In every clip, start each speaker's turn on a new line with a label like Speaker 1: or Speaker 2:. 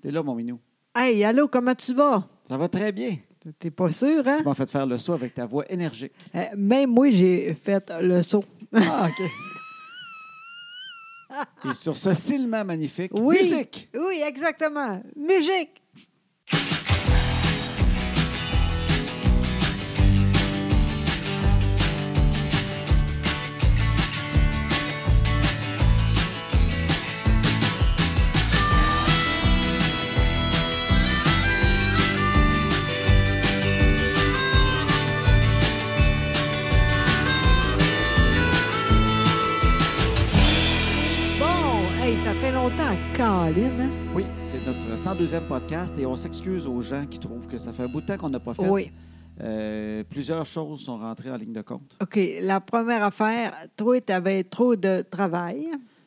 Speaker 1: T'es là, mon minou.
Speaker 2: Hey, allô, comment tu vas?
Speaker 1: Ça va très bien.
Speaker 2: T'es pas sûr, hein?
Speaker 1: Tu m'as fait faire le saut avec ta voix énergique.
Speaker 2: Euh, même moi, j'ai fait le saut.
Speaker 1: Ah, OK. Et sur ce ciment magnifique,
Speaker 2: Ah. Oui.
Speaker 1: musique!
Speaker 2: Oui, exactement. Musique! Bon, hey, ça fait longtemps, Caroline. hein?
Speaker 1: Oui, c'est notre 102e podcast et on s'excuse aux gens qui trouvent que ça fait un bout de temps qu'on n'a pas fait.
Speaker 2: Oui.
Speaker 1: Euh, plusieurs choses sont rentrées en ligne de compte.
Speaker 2: OK, la première affaire, toi, tu avais trop de travail.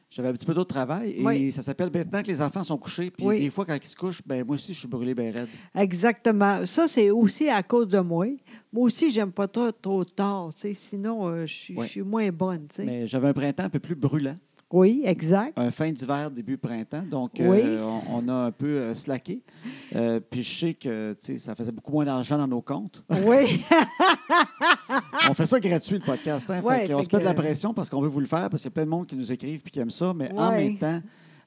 Speaker 1: J'avais un petit peu d'autre travail et
Speaker 2: Oui.
Speaker 1: ça s'appelle maintenant que les enfants sont couchés. Puis
Speaker 2: Oui.
Speaker 1: des fois, quand ils se couchent, ben, moi aussi, je suis brûlé bien raide.
Speaker 2: Exactement. Ça, c'est aussi à cause de moi. Moi aussi, j'aime pas trop, trop tard, tu sais. Sinon, euh, je suis- je
Speaker 1: Ouais.
Speaker 2: suis moins bonne, tu sais.
Speaker 1: Mais j'avais un printemps un peu plus brûlant,
Speaker 2: Oui, exact.
Speaker 1: un fin d'hiver, début printemps. Donc,
Speaker 2: Oui.
Speaker 1: euh, on, on a un peu euh, slacké. Euh, puis je sais que tu sais, ça faisait beaucoup moins d'argent dans nos comptes.
Speaker 2: Oui,
Speaker 1: On fait ça gratuit, le podcast. Hein?
Speaker 2: Ouais,
Speaker 1: Fait qu'on
Speaker 2: fait
Speaker 1: se met de la
Speaker 2: que-
Speaker 1: pression parce qu'on veut vous le faire, parce qu'il y a plein de monde qui nous écrivent puis qui aiment ça. Mais en
Speaker 2: Ouais.
Speaker 1: même temps,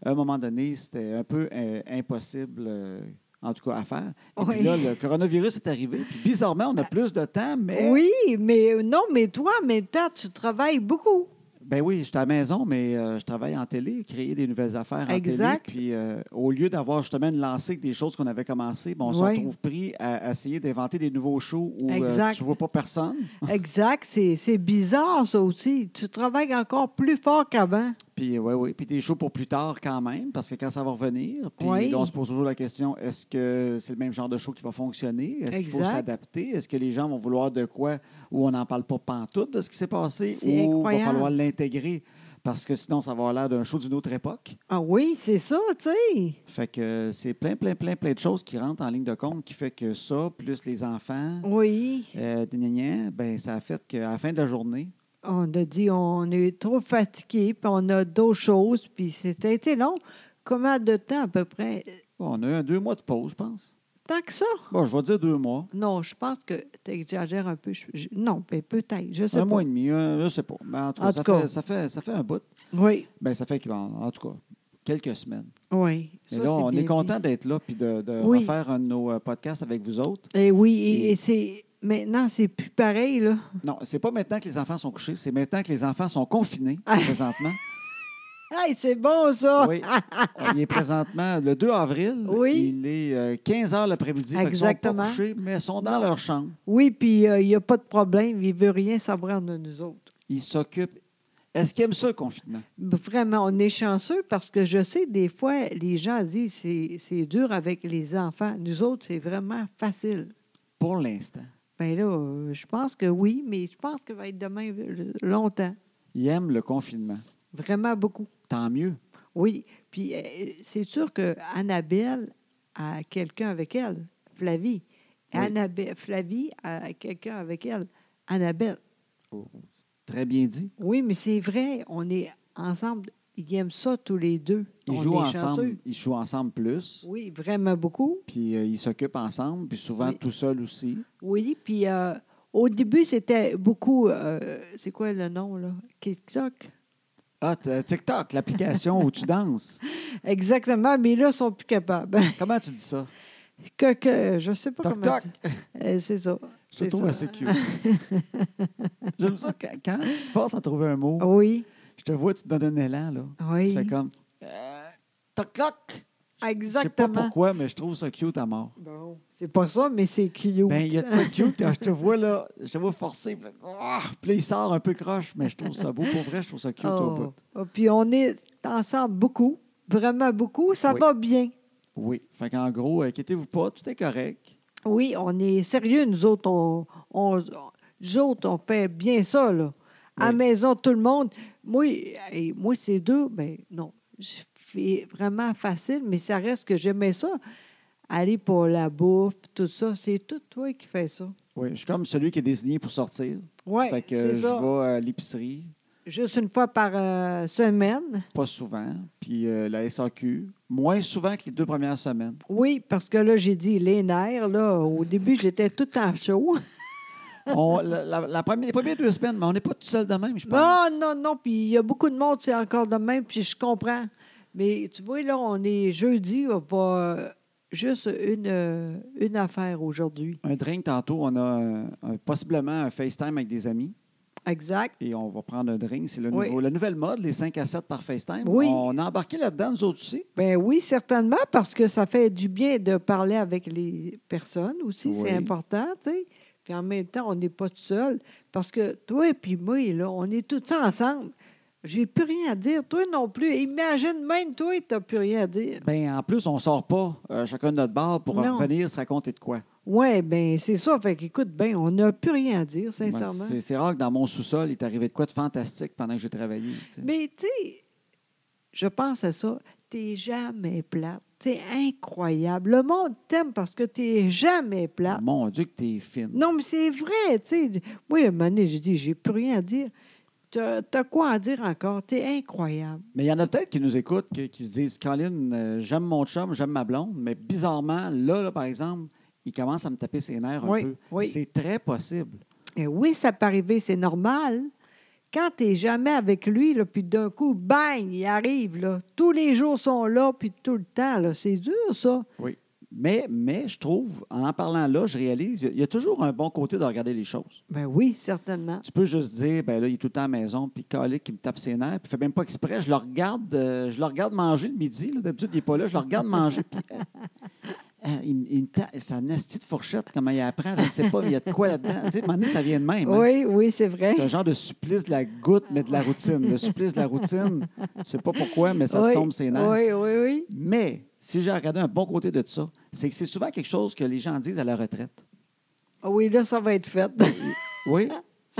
Speaker 1: à un moment donné, c'était un peu euh, impossible, euh, en tout cas, à faire. Et
Speaker 2: Ouais.
Speaker 1: puis là, le coronavirus est arrivé. Puis bizarrement, on a plus de temps, mais.
Speaker 2: oui, mais non, mais toi, en même temps, tu travailles beaucoup.
Speaker 1: Ben oui, j'étais à la maison, mais euh, je travaille en télé, créer des nouvelles affaires en
Speaker 2: Exact.
Speaker 1: télé. Puis euh, au lieu d'avoir justement une lancée des choses qu'on avait commencées, ben, on se
Speaker 2: Ouais.
Speaker 1: retrouve pris à, à essayer d'inventer des nouveaux shows où euh,
Speaker 2: Exact.
Speaker 1: tu ne vois pas personne.
Speaker 2: Exact, c'est c'est bizarre, ça aussi. Tu travailles encore plus fort qu'avant.
Speaker 1: Puis ouais, ouais. Puis des shows pour plus tard quand même, parce que quand ça va revenir, puis
Speaker 2: Oui.
Speaker 1: là, on se pose toujours la question est-ce que c'est le même genre de show qui va fonctionner Est-ce qu'il faut
Speaker 2: Exact.
Speaker 1: s'adapter Est-ce que les gens vont vouloir de quoi où on n'en parle pas pantoute de ce qui s'est passé
Speaker 2: C'est
Speaker 1: ou va
Speaker 2: incroyable.
Speaker 1: falloir l'intégrer parce que sinon ça va avoir l'air d'un show d'une autre époque.
Speaker 2: Ah oui, c'est ça, tu sais.
Speaker 1: Fait que euh, c'est plein plein plein plein de choses qui rentrent en ligne de compte qui fait que ça plus les enfants
Speaker 2: Oui.
Speaker 1: euh, des gnagnans, ben ça a fait qu'à la fin de la journée,
Speaker 2: On a dit on est trop fatigué, puis on a d'autres choses, puis c'était été long. Combien de temps à peu près?
Speaker 1: on a eu un deux mois de pause, je pense.
Speaker 2: Tant que ça?
Speaker 1: Bon, je vais dire deux mois.
Speaker 2: Non, je pense que tu exagères un peu. Je- je- non, mais peut-être, je sais
Speaker 1: Un
Speaker 2: pas.
Speaker 1: mois et demi, un- je ne sais pas. Mais en tout cas,
Speaker 2: En
Speaker 1: ça,
Speaker 2: tout cas.
Speaker 1: Fait, ça, fait, ça fait un bout.
Speaker 2: Oui,
Speaker 1: Ben, ça fait qu'il va- en, en tout cas quelques semaines.
Speaker 2: oui.
Speaker 1: Mais
Speaker 2: ça,
Speaker 1: là,
Speaker 2: c'est
Speaker 1: on
Speaker 2: bien
Speaker 1: est
Speaker 2: dit.
Speaker 1: content d'être là puis de, de
Speaker 2: Oui.
Speaker 1: refaire un de nos euh, podcasts avec vous autres.
Speaker 2: Eh oui, et,
Speaker 1: Et-
Speaker 2: et c'est maintenant, c'est plus pareil, là.
Speaker 1: Non, c'est pas maintenant que les enfants sont couchés, c'est maintenant que les enfants sont confinés
Speaker 2: Ah.
Speaker 1: présentement.
Speaker 2: Hey, c'est bon, ça!
Speaker 1: Oui. Il est présentement le 2 avril.
Speaker 2: Oui.
Speaker 1: Il est euh, 15 h l'après-midi. Fait qu'ils sont
Speaker 2: Exactement.
Speaker 1: pas couchés, mais sont dans leur chambre.
Speaker 2: Oui, puis euh, il n'y a pas de problème, il ne veut rien savoir de nous autres.
Speaker 1: Ils s'occupent. Est-ce qu'ils aiment ça, le confinement?
Speaker 2: Vraiment, on est chanceux parce que je sais, des fois, les gens disent c'est c'est dur avec les enfants. Nous autres, c'est vraiment facile.
Speaker 1: Pour l'instant.
Speaker 2: Bien là, euh, je pense que oui, mais je pense que va être demain euh, longtemps.
Speaker 1: Ils aiment le confinement.
Speaker 2: Vraiment beaucoup.
Speaker 1: Tant mieux.
Speaker 2: Oui. Puis euh, c'est sûr que Annabelle a quelqu'un avec elle, Flavie.
Speaker 1: Oui.
Speaker 2: Annabelle, Flavie a quelqu'un avec elle, Annabelle.
Speaker 1: Très bien dit.
Speaker 2: Oui, mais c'est vrai, on est ensemble. Ils aiment ça tous les deux.
Speaker 1: Ils
Speaker 2: on
Speaker 1: jouent
Speaker 2: est
Speaker 1: ensemble.
Speaker 2: chanceux.
Speaker 1: Ils jouent ensemble plus.
Speaker 2: Oui, vraiment beaucoup.
Speaker 1: Puis euh, ils s'occupent ensemble, puis souvent
Speaker 2: Oui.
Speaker 1: tout seul aussi.
Speaker 2: Oui, puis euh, au début, c'était beaucoup. euh, c'est quoi le nom, là? TikTok.
Speaker 1: Ah, t- euh, TikTok, l'application où tu danses.
Speaker 2: Exactement, mais là, ils sont plus capables.
Speaker 1: Comment tu dis ça?
Speaker 2: que, que, je sais pas
Speaker 1: Toc,
Speaker 2: comment.
Speaker 1: toc.
Speaker 2: dire. Euh, c'est ça.
Speaker 1: Je te
Speaker 2: c'est
Speaker 1: trouve
Speaker 2: ça.
Speaker 1: assez cute. J'aime ça quand, quand tu te forces à trouver un mot.
Speaker 2: Oui,
Speaker 1: Je te vois, tu te donnes un élan, là. Tu
Speaker 2: Oh. oui.
Speaker 1: fais comme... euh, toc, toc! Je sais pas
Speaker 2: Exactement.
Speaker 1: pourquoi, mais je trouve ça cute à mort.
Speaker 2: Bon, c'est pas ça, mais c'est cute.
Speaker 1: Ben, il y a de quoi de cute quand je te vois, là. Je te vois forcé. Puis là, ah! Puis là, il sort un peu croche, mais je trouve ça beau. Pour vrai, je trouve ça cute au
Speaker 2: Oh.
Speaker 1: bout.
Speaker 2: Oh, Puis on est ensemble beaucoup, vraiment beaucoup. Ça
Speaker 1: Oui.
Speaker 2: va bien.
Speaker 1: Oui. Fait qu'en gros, euh, inquiétez-vous pas, tout est correct.
Speaker 2: Oui, on est sérieux, nous autres. On, on- nous autres, on fait bien ça, là. À la
Speaker 1: Oui.
Speaker 2: maison, tout le monde. Moi, hey, moi c'est dur, mais non. Je fais vraiment facile, mais ça reste que j'aimais ça. Aller pour la bouffe, tout ça, c'est tout toi qui fais ça.
Speaker 1: Oui, je suis comme celui qui est désigné pour sortir.
Speaker 2: Oui,
Speaker 1: fait que
Speaker 2: c'est
Speaker 1: je
Speaker 2: ça.
Speaker 1: vais à l'épicerie.
Speaker 2: Je, Juste une fois par euh, semaine.
Speaker 1: Pas souvent. Puis euh, la SAQ, moins souvent que les deux premières semaines.
Speaker 2: Oui, parce que là, j'ai dit les nerfs. Là, au début, j'étais tout en chaud.
Speaker 1: On- la, la- la première, les premières deux semaines, mais on n'est pas tout seul de même, je pense.
Speaker 2: Non, non, non. Puis il y a beaucoup de monde, c'est encore de même, puis je comprends. Mais tu vois, là, on est jeudi, on va euh, juste une, euh, une affaire aujourd'hui.
Speaker 1: Un drink tantôt, on a euh, un- possiblement un FaceTime avec des amis
Speaker 2: Exact.
Speaker 1: et on va prendre un drink. C'est le
Speaker 2: Oui.
Speaker 1: nouveau, la nouvelle mode, les 5 à 7 par FaceTime.
Speaker 2: Oui.
Speaker 1: On a embarqué là-dedans, nous autres aussi.
Speaker 2: Ben oui, certainement, parce que ça fait du bien de parler avec les personnes aussi,
Speaker 1: Oui.
Speaker 2: c'est important, tu sais. Puis en même temps, on n'est pas tout seul, parce que toi et puis moi, là, on est tous ensemble. J'ai plus rien à dire, toi non plus. Imagine même toi, tu n'as plus rien à dire.
Speaker 1: Ben, en plus, on sort pas euh, chacun de notre bar pour
Speaker 2: Non.
Speaker 1: revenir se raconter de quoi.
Speaker 2: Oui, ben c'est ça. Fait qu'écoute, ben on n'a plus rien à dire,
Speaker 1: Ben,
Speaker 2: sincèrement.
Speaker 1: c'est- c'est rare que dans mon sous-sol, il est arrivé de quoi de fantastique pendant que j'ai travaillé. tu sais.
Speaker 2: Mais tu sais, je pense à ça. T'es jamais plate. T'es incroyable. Le monde t'aime parce que t'es jamais plate.
Speaker 1: Mon Dieu, que t'es fine.
Speaker 2: Non, mais c'est vrai, tu sais. Moi, à un moment donné, j'ai dit, j'ai plus rien à dire. T'as t'as quoi à dire encore? T'es incroyable.
Speaker 1: Mais il y en a peut-être qui nous écoutent, que- qui se disent Colin, euh, j'aime mon chum, j'aime ma blonde, mais bizarrement, là, là, par exemple, il commence à me taper ses nerfs un
Speaker 2: Oui,
Speaker 1: peu.
Speaker 2: oui.
Speaker 1: C'est très possible.
Speaker 2: Et Eh oui, ça peut arriver, c'est normal. Quand t'es jamais avec lui, là, puis d'un coup, bang, il arrive, là. Tous les jours sont là, puis tout le temps, là. C'est dur, ça.
Speaker 1: Mais, mais je trouve, en en parlant là, je réalise, il y a- il y, a toujours un bon côté de regarder les choses.
Speaker 2: Ben oui, certainement.
Speaker 1: Tu peux juste dire, ben là, il est tout le temps à la maison, puis Calic, qui me tape ses nerfs, puis il fait même pas exprès, je le regarde, euh, je le regarde manger le midi, là, d'habitude, il n'est pas là, je le regarde manger, puis euh, euh, il, il me tape, sa nasty de fourchette, comment il apprend, je ne sais pas, mais il y a de quoi là-dedans. Tu sais, à un moment donné, ça vient de même. hein.
Speaker 2: Oui, oui, c'est vrai.
Speaker 1: C'est un genre de supplice de la goutte, mais de la routine. Le supplice de la routine, je sais pas pourquoi, mais ça te
Speaker 2: Oui,
Speaker 1: tombe ses nerfs.
Speaker 2: Oui, oui, oui.
Speaker 1: Mais si j'ai regardé un bon côté de ça, c'est que c'est souvent quelque chose que les gens disent à la retraite.
Speaker 2: Ah Oui, là, ça va être fait.
Speaker 1: Oui.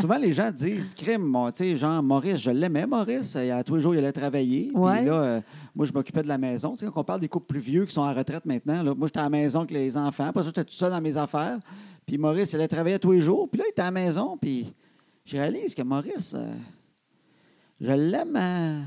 Speaker 1: Souvent, les gens disent, crime, mon- tu sais, genre, Maurice, je l'aimais, Maurice. Euh, À tous les jours, il allait travailler.
Speaker 2: Ouais.
Speaker 1: Puis là, euh, moi, je m'occupais de la maison. Tu sais, quand on parle des couples plus vieux qui sont en retraite maintenant, là, moi, j'étais à la maison avec les enfants. Après ça, j'étais tout seul dans mes affaires. Puis Maurice, il allait travailler à tous les jours. Puis là, il était à la maison. Puis je réalise que Maurice, euh, je l'aime. euh,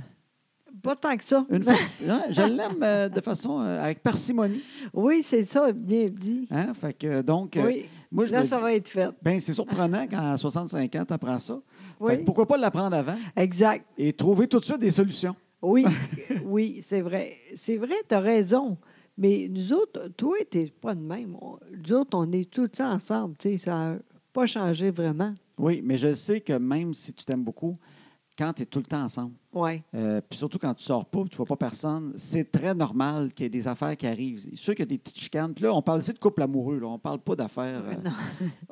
Speaker 2: Pas tant que ça.
Speaker 1: Une fois- Ouais, je l'aime euh, de façon euh, avec parcimonie.
Speaker 2: Oui, c'est ça, bien dit.
Speaker 1: Hein? Fait que, euh, donc, euh,
Speaker 2: Oui.
Speaker 1: moi, je
Speaker 2: Là,
Speaker 1: me
Speaker 2: ça
Speaker 1: dis-
Speaker 2: va être fait.
Speaker 1: ben, c'est surprenant qu'en 65 ans, tu apprends ça. Fait que
Speaker 2: Oui,
Speaker 1: pourquoi pas l'apprendre avant
Speaker 2: exact.
Speaker 1: et trouver tout de suite des solutions?
Speaker 2: Oui, oui, c'est vrai. C'est vrai, tu as raison. Mais nous autres, toi, tu pas de même. On- Nous autres, on est tout le temps ensemble. tu sais, Ça n'a pas changé vraiment.
Speaker 1: Oui, mais je sais que même si tu t'aimes beaucoup, quand tu es tout le temps ensemble,
Speaker 2: Oui,
Speaker 1: euh, puis surtout quand tu sors pas, tu vois pas personne, c'est très normal qu'il y ait des affaires qui arrivent. C'est sûr qu'il y a des petites chicanes. Puis là, on parle ici de couple amoureux, là. on parle pas d'affaires. euh,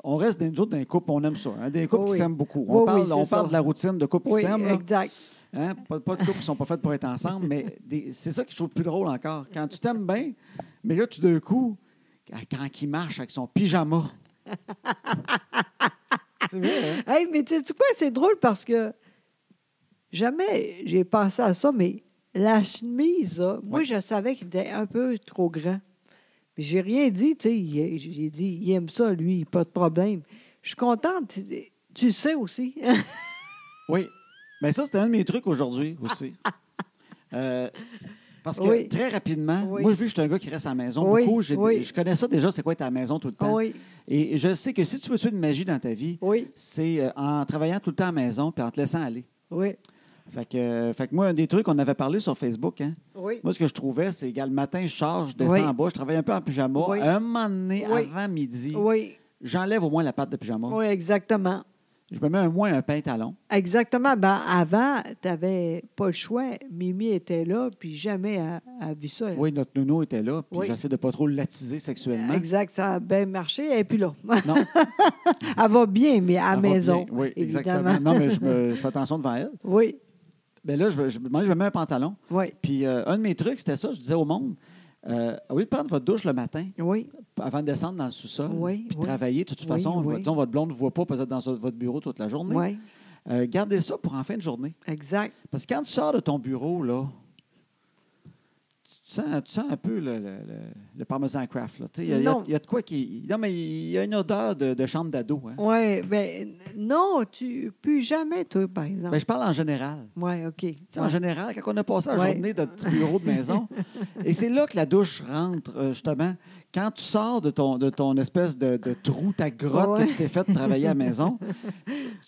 Speaker 1: on reste dans, nous autres, dans les couples, on aime ça. hein, des couples
Speaker 2: Oui.
Speaker 1: qui s'aiment beaucoup. On
Speaker 2: Oui,
Speaker 1: parle,
Speaker 2: oui, c'est
Speaker 1: on parle
Speaker 2: ça.
Speaker 1: de la routine de couples
Speaker 2: oui
Speaker 1: qui s'aiment. là.
Speaker 2: exact.
Speaker 1: Hein? Pas, pas de couples qui ne sont pas faits pour être ensemble, mais des- c'est ça que je trouve le plus drôle encore. Quand tu t'aimes bien, mais là, tout d'un coup, quand il marche avec son pyjama. c'est vrai, hein?
Speaker 2: Hey, Ah mais tu sais quoi, c'est drôle parce que jamais j'ai pensé à ça, mais la chemise, là, moi,
Speaker 1: Ouais.
Speaker 2: je savais qu'il était un peu trop grand. Mais j'ai rien dit, tu sais. il- J'ai dit, il aime ça, lui, pas de problème. Je suis contente. tu- Tu sais aussi.
Speaker 1: Oui. Mais ça, c'était un de mes trucs aujourd'hui aussi. Euh, parce que
Speaker 2: Oui.
Speaker 1: très rapidement,
Speaker 2: Oui.
Speaker 1: moi, vu que je suis un gars qui reste à la maison
Speaker 2: Oui,
Speaker 1: beaucoup, j'ai-
Speaker 2: oui.
Speaker 1: je connais ça déjà, c'est quoi être à la maison tout le temps.
Speaker 2: Ah oui,
Speaker 1: Et je sais que si tu veux tuer une magie dans ta vie,
Speaker 2: oui,
Speaker 1: c'est euh, en travaillant tout le temps à la maison puis en te laissant aller.
Speaker 2: oui,
Speaker 1: Fait que, euh, fait que moi, un des trucs qu'on avait parlé sur Facebook, hein,
Speaker 2: oui.
Speaker 1: Moi, ce que je trouvais, c'est que le matin, je charge, je descends
Speaker 2: Oui.
Speaker 1: en bas, je travaille un peu en pyjama.
Speaker 2: Oui.
Speaker 1: Un moment donné,
Speaker 2: Oui.
Speaker 1: avant midi,
Speaker 2: Oui,
Speaker 1: j'enlève au moins la patte de pyjama.
Speaker 2: oui, exactement.
Speaker 1: Je me mets au moins un pantalon.
Speaker 2: Exactement. Ben, avant, tu n'avais pas le choix. Mimi était là, puis jamais elle a vu ça.
Speaker 1: Oui, notre nounou était là, puis
Speaker 2: Oui.
Speaker 1: j'essaie de pas trop l'attiser sexuellement.
Speaker 2: Exact, ça a bien marché. Et puis là,
Speaker 1: Hein? Non,
Speaker 2: elle va bien, mais à
Speaker 1: elle va
Speaker 2: maison.
Speaker 1: bien. Oui,
Speaker 2: évidemment.
Speaker 1: exactement. Non, mais je, me- je fais attention devant elle.
Speaker 2: Oui,
Speaker 1: Mais là, je, me- je, me- moi, je me mets un pantalon.
Speaker 2: oui,
Speaker 1: Puis euh, un de mes trucs, c'était ça, je disais au monde, euh, au lieu de prendre votre douche le matin,
Speaker 2: oui,
Speaker 1: avant de descendre dans le sous-sol,
Speaker 2: Oui,
Speaker 1: puis
Speaker 2: oui.
Speaker 1: travailler, de toute
Speaker 2: Oui,
Speaker 1: façon,
Speaker 2: oui.
Speaker 1: disons, votre blonde ne vous voit pas, peut-être dans votre bureau toute la journée,
Speaker 2: oui,
Speaker 1: Euh, gardez ça pour en fin de journée.
Speaker 2: exact.
Speaker 1: Parce que quand tu sors de ton bureau, là, tu, tu sens, tu sens un peu le, le- le- le parmesan craft. là. Tu sais, Il y, a- il y
Speaker 2: Non.
Speaker 1: a- il y a de quoi qui. Non, mais il y a une odeur de, de chambre d'ado. hein.
Speaker 2: Oui, ben non, tu pues jamais, toi, par exemple.
Speaker 1: Ben, je parle en général.
Speaker 2: Oui, OK.
Speaker 1: Tu sais, En général, quand on a passé la
Speaker 2: Ouais.
Speaker 1: journée dans notre petit bureau de maison, et c'est là que la douche rentre, euh, justement. Quand tu sors de ton, de ton espèce de, de trou, ta grotte
Speaker 2: Ouais.
Speaker 1: que tu t'es faite travailler à la maison,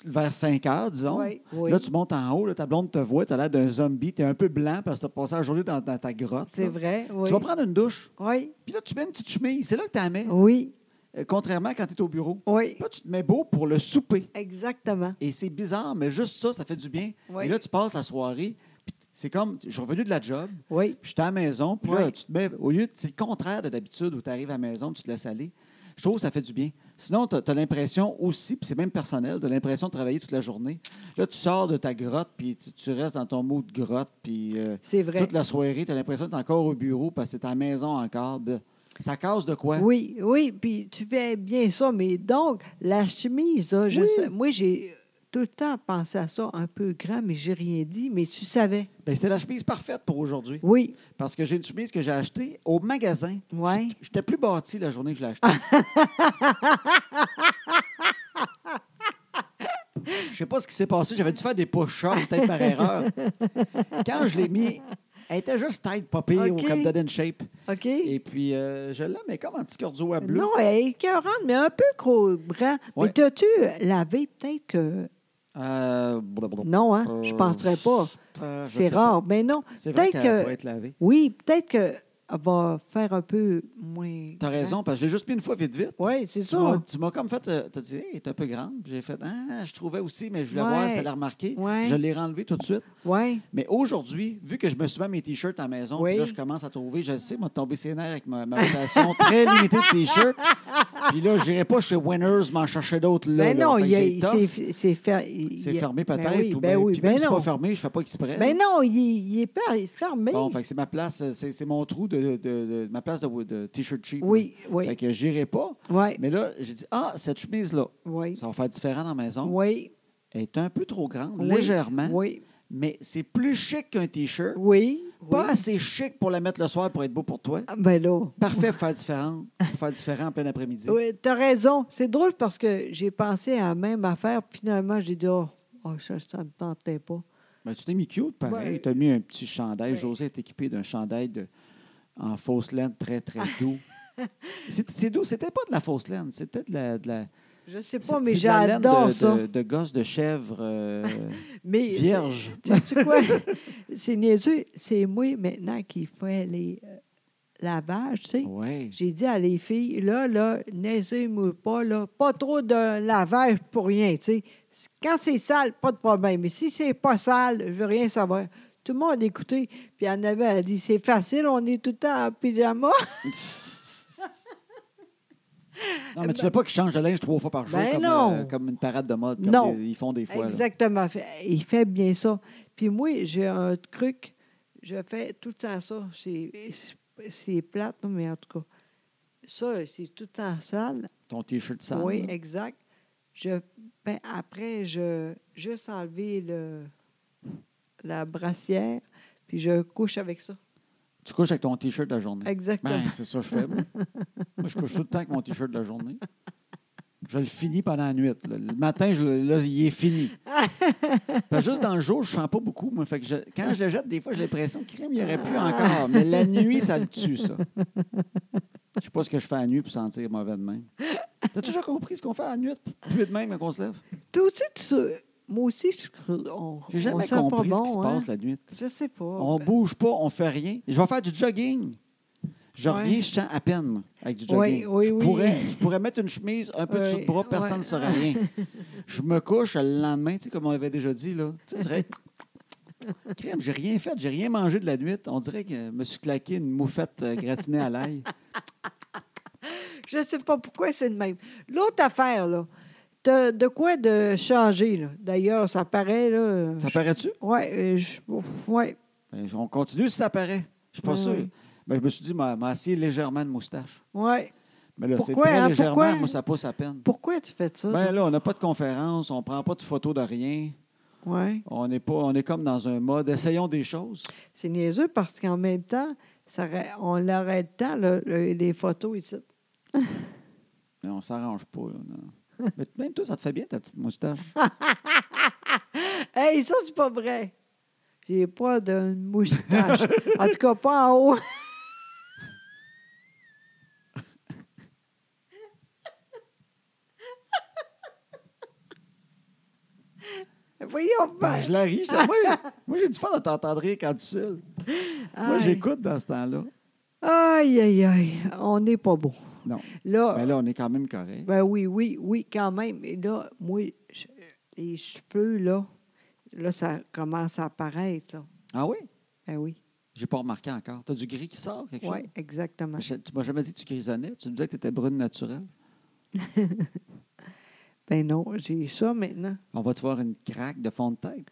Speaker 1: vers 5 heures, disons,
Speaker 2: Ouais, oui.
Speaker 1: là, tu montes en haut, là, ta blonde te voit, tu as l'air d'un zombie, tu es un peu blanc parce que tu as passé la journée dans, dans ta grotte.
Speaker 2: C'est
Speaker 1: là.
Speaker 2: vrai, oui. Oh.
Speaker 1: Tu vas prendre une douche,
Speaker 2: Oui,
Speaker 1: puis là, tu mets une petite chemise. C'est là que tu la mets,
Speaker 2: oui,
Speaker 1: euh, contrairement à quand tu es au bureau.
Speaker 2: oui,
Speaker 1: Là, tu te mets beau pour le souper.
Speaker 2: exactement.
Speaker 1: Et c'est bizarre, mais juste ça, ça fait du bien.
Speaker 2: Oui.
Speaker 1: Et là, tu passes la soirée, puis c'est comme, je suis revenu de la job,
Speaker 2: Oui,
Speaker 1: puis j'étais à la maison, puis là,
Speaker 2: Oui.
Speaker 1: tu te mets, au lieu, de- c'est le contraire de d'habitude où tu arrives à la maison, tu te laisses aller. Je trouve que ça fait du bien. Sinon, tu as, l'impression aussi, puis c'est même personnel, tu as l'impression de travailler toute la journée. Là, tu sors de ta grotte, puis tu, tu restes dans ton mot de grotte, puis euh,
Speaker 2: c'est vrai.
Speaker 1: toute la soirée, tu as l'impression d'être encore au bureau parce que tu à la maison encore. Bleu. Ça casse de quoi?
Speaker 2: Oui, oui, puis tu fais bien ça, mais donc, la chemise, là, je
Speaker 1: Oui.
Speaker 2: sais- moi, j'ai tout le temps pensé à ça un peu grand, mais j'ai rien dit, mais tu savais.
Speaker 1: Ben, c'est la chemise parfaite pour aujourd'hui.
Speaker 2: Oui,
Speaker 1: Parce que j'ai une chemise que j'ai achetée au magasin.
Speaker 2: Ouais.
Speaker 1: J'étais- J'étais plus bâti la journée que je l'ai achetée. je sais pas ce qui s'est passé. J'avais dû faire des push-ups, peut-être par erreur. Quand je l'ai mis, elle était juste tight, pas pire,
Speaker 2: OK.
Speaker 1: ou comme dead in shape.
Speaker 2: OK?
Speaker 1: Et puis, euh, je l'ai, mais comme un petit cordeau à bleu.
Speaker 2: Non, elle est écœurante, mais un peu gros bras.
Speaker 1: Ouais.
Speaker 2: Mais t'as-tu euh, lavé peut-être que.
Speaker 1: Euh, blablabla.
Speaker 2: Non, hein? je
Speaker 1: Euh,
Speaker 2: penserais pas.
Speaker 1: Euh, je
Speaker 2: C'est
Speaker 1: sais pas.
Speaker 2: rare, mais non.
Speaker 1: C'est vrai
Speaker 2: Peut-être
Speaker 1: qu'elle
Speaker 2: que.
Speaker 1: pourrait être lavée.
Speaker 2: Oui, peut-être que elle va faire un peu moins.
Speaker 1: T'as raison, parce que je l'ai juste mis une fois vite, vite.
Speaker 2: Oui, c'est
Speaker 1: Tu m'as-
Speaker 2: ça.
Speaker 1: tu m'as comme fait, euh, t'as dit, hey, elle est un peu grande. Puis J'ai fait, ah, je trouvais aussi, mais je voulais
Speaker 2: Ouais.
Speaker 1: voir si t'allais remarquer.
Speaker 2: Ouais.
Speaker 1: Je l'ai renlevé tout de suite.
Speaker 2: Oui.
Speaker 1: Mais aujourd'hui, vu que je me souviens mes t-shirts à la maison,
Speaker 2: Oui.
Speaker 1: puis là, je commence à trouver, je le sais, m'a tombé ses nerfs avec ma, ma rotation très limitée de t-shirts. Puis là, je n'irai pas chez Winners m'en chercher d'autres là. là.
Speaker 2: Mais Ben non,
Speaker 1: Fait que
Speaker 2: il y a-
Speaker 1: c'est tough.
Speaker 2: c'est c'est fer- il-
Speaker 1: C'est
Speaker 2: il-
Speaker 1: fermé
Speaker 2: ben
Speaker 1: peut-être.
Speaker 2: oui,
Speaker 1: ou
Speaker 2: ben
Speaker 1: bien-
Speaker 2: oui,
Speaker 1: puis même
Speaker 2: ben
Speaker 1: si c'est
Speaker 2: non.
Speaker 1: pas fermé, je fais pas exprès.
Speaker 2: Ben non, il, il est pas il est fermé.
Speaker 1: Bon, fait que c'est ma place, euh, c'est c'est mon trou de, de- de- ma place de, de t-shirt cheap.
Speaker 2: oui,
Speaker 1: là. Fait
Speaker 2: oui.
Speaker 1: que j'irai pas.
Speaker 2: Oui,
Speaker 1: Mais là, j'ai dit, ah, cette chemise-là,
Speaker 2: oui.
Speaker 1: ça va faire différent dans la maison.
Speaker 2: Oui,
Speaker 1: Elle est un peu trop grande,
Speaker 2: Oui.
Speaker 1: légèrement,
Speaker 2: oui,
Speaker 1: mais c'est plus chic qu'un t-shirt.
Speaker 2: oui.
Speaker 1: Pas
Speaker 2: oui.
Speaker 1: assez chic pour la mettre le soir pour être beau pour toi.
Speaker 2: Ah, Ben là.
Speaker 1: Parfait pour faire différent, pour faire différent en plein après-midi.
Speaker 2: Oui, t'as raison. C'est drôle parce que j'ai pensé à la même affaire. puis Finalement, j'ai dit, oh, oh, ça, ça me tentait pas.
Speaker 1: Mais tu t'es mis cute, pareil.
Speaker 2: Ouais.
Speaker 1: Tu as mis un petit chandail.
Speaker 2: Ouais.
Speaker 1: José est équipé d'un chandail de, en fausse laine très, très doux. c'est c'est doux. C'était pas de la fausse laine. C'est peut-être de la. de la-
Speaker 2: Je sais
Speaker 1: c'est-
Speaker 2: pas, Oh, mais
Speaker 1: c'est de la laine de-
Speaker 2: j'adore
Speaker 1: de-
Speaker 2: ça.
Speaker 1: De, gosse de chèvre euh,
Speaker 2: Mais
Speaker 1: vierge.
Speaker 2: Tu sais quoi? c'est niaiseux. C'est moi maintenant qui fais les euh, lavages, tu sais.
Speaker 1: Oui.
Speaker 2: J'ai dit à les filles, là, là, niaisez-moi pas, là. Pas trop de lavage pour rien, tu sais. Quand c'est sale, pas de problème. Mais si c'est pas sale, je veux rien savoir. Tout le monde a écouté. Puis Annabelle a dit, c'est facile, on est tout le temps en pyjama.
Speaker 1: Non, mais tu ne sais pas qu'ils changent de linge trois fois par jour
Speaker 2: Ben
Speaker 1: comme,
Speaker 2: non.
Speaker 1: euh, comme une parade de mode. comme
Speaker 2: Non.
Speaker 1: des- ils font des fois. là.
Speaker 2: Exactement. Fait- Il fait bien ça. Puis moi, j'ai un truc, je fais tout le temps ça. C'est- C'est plate, non, mais en tout cas, ça, c'est tout le temps sale.
Speaker 1: Ton t-shirt sale.
Speaker 2: oui,
Speaker 1: là.
Speaker 2: exact. Je, ben, après, je juste enlever le, la brassière, puis je couche avec ça.
Speaker 1: Tu couches avec ton t-shirt de la journée.
Speaker 2: Exactement.
Speaker 1: Ben, c'est ça que je fais. moi. Moi, je couche tout le temps avec mon t-shirt de la journée. Je le finis pendant la nuit. là. Le matin, je, le- là, il est fini. Parce que juste dans le jour, je ne sens pas beaucoup. Moi. Fait que je- quand je le jette, des fois, j'ai l'impression qu'il crème, il aurait pu encore. Mais la nuit, ça le tue, ça. Je sais pas ce que je fais à la nuit pour sentir mauvais de même. T'as toujours compris ce qu'on fait à la nuit, plus de même quand on se lève?
Speaker 2: Toi aussi, tu sais- moi aussi, je cre- on,
Speaker 1: J'ai
Speaker 2: on
Speaker 1: jamais
Speaker 2: sent pas
Speaker 1: compris ce qui
Speaker 2: bon,
Speaker 1: se
Speaker 2: hein.
Speaker 1: passe la nuit.
Speaker 2: Je sais pas.
Speaker 1: On
Speaker 2: Ben,
Speaker 1: bouge pas, on fait rien. Je vais faire du jogging. Je
Speaker 2: Ouais.
Speaker 1: reviens, je sens à peine moi, avec du
Speaker 2: Oui,
Speaker 1: jogging.
Speaker 2: oui,
Speaker 1: je,
Speaker 2: oui.
Speaker 1: pourrais, je pourrais mettre une chemise un peu
Speaker 2: Oui,
Speaker 1: dessus de bras, personne ne
Speaker 2: ouais.
Speaker 1: saurait rien. Je me couche le lendemain, tu sais, comme on l'avait déjà dit, là. Tu sais, je dirais, crème, j'ai rien fait, j'ai rien mangé de la nuit. On dirait que je me suis claqué une moufette euh, gratinée à l'ail.
Speaker 2: Je ne sais pas pourquoi c'est le même. L'autre affaire, là, t'as de quoi de changer, là. D'ailleurs, ça paraît, là.
Speaker 1: Ça paraît-tu?
Speaker 2: Oui, ouais.
Speaker 1: Ben, on continue si ça paraît. Je suis pas
Speaker 2: Oui,
Speaker 1: sûr.
Speaker 2: oui.
Speaker 1: Ben, je me suis dit, m'a m'a essayé légèrement de moustache.
Speaker 2: ouais.
Speaker 1: Mais là, c'est
Speaker 2: Pourquoi,
Speaker 1: très
Speaker 2: hein?
Speaker 1: légèrement,
Speaker 2: Pourquoi?
Speaker 1: moi, ça pousse à peine.
Speaker 2: Pourquoi tu fais ça?
Speaker 1: Ben là, on n'a pas de conférence, on prend pas de photos de rien.
Speaker 2: toi? Ouais.
Speaker 1: On est pas, on est comme dans un mode essayons des choses.
Speaker 2: C'est niaiseux parce qu'en même temps, ça aurait- on aurait le temps, là, le- les photos ici.
Speaker 1: Mais on s'arrange pas. là, non. Mais t- même toi, ça te fait bien ta petite moustache.
Speaker 2: Hey, ça, c'est pas vrai. J'ai pas de moustache. en tout cas, pas en haut. Voyons pas.
Speaker 1: Ben, je la ris. je- Moi, moi, j'ai du fun à t'entendre rire quand tu sais. Moi,
Speaker 2: Aïe.
Speaker 1: j'écoute dans ce temps-là.
Speaker 2: Aïe, aïe, aïe. On n'est pas bon.
Speaker 1: Non.
Speaker 2: Là,
Speaker 1: Mais Ben là, on est quand même correct.
Speaker 2: Ben oui, oui, oui, quand même. Et là, moi, je- les cheveux, là, là, ça commence à apparaître, là.
Speaker 1: Ah oui?
Speaker 2: Ben oui,
Speaker 1: J'ai pas remarqué encore. T'as du gris qui sort, quelque
Speaker 2: oui, exactement.
Speaker 1: chose? Je- Tu m'as jamais dit que tu grisonnais. Tu me disais que tu étais brune naturelle.
Speaker 2: Ben non, j'ai ça maintenant.
Speaker 1: On va te voir une craque de fond de tête.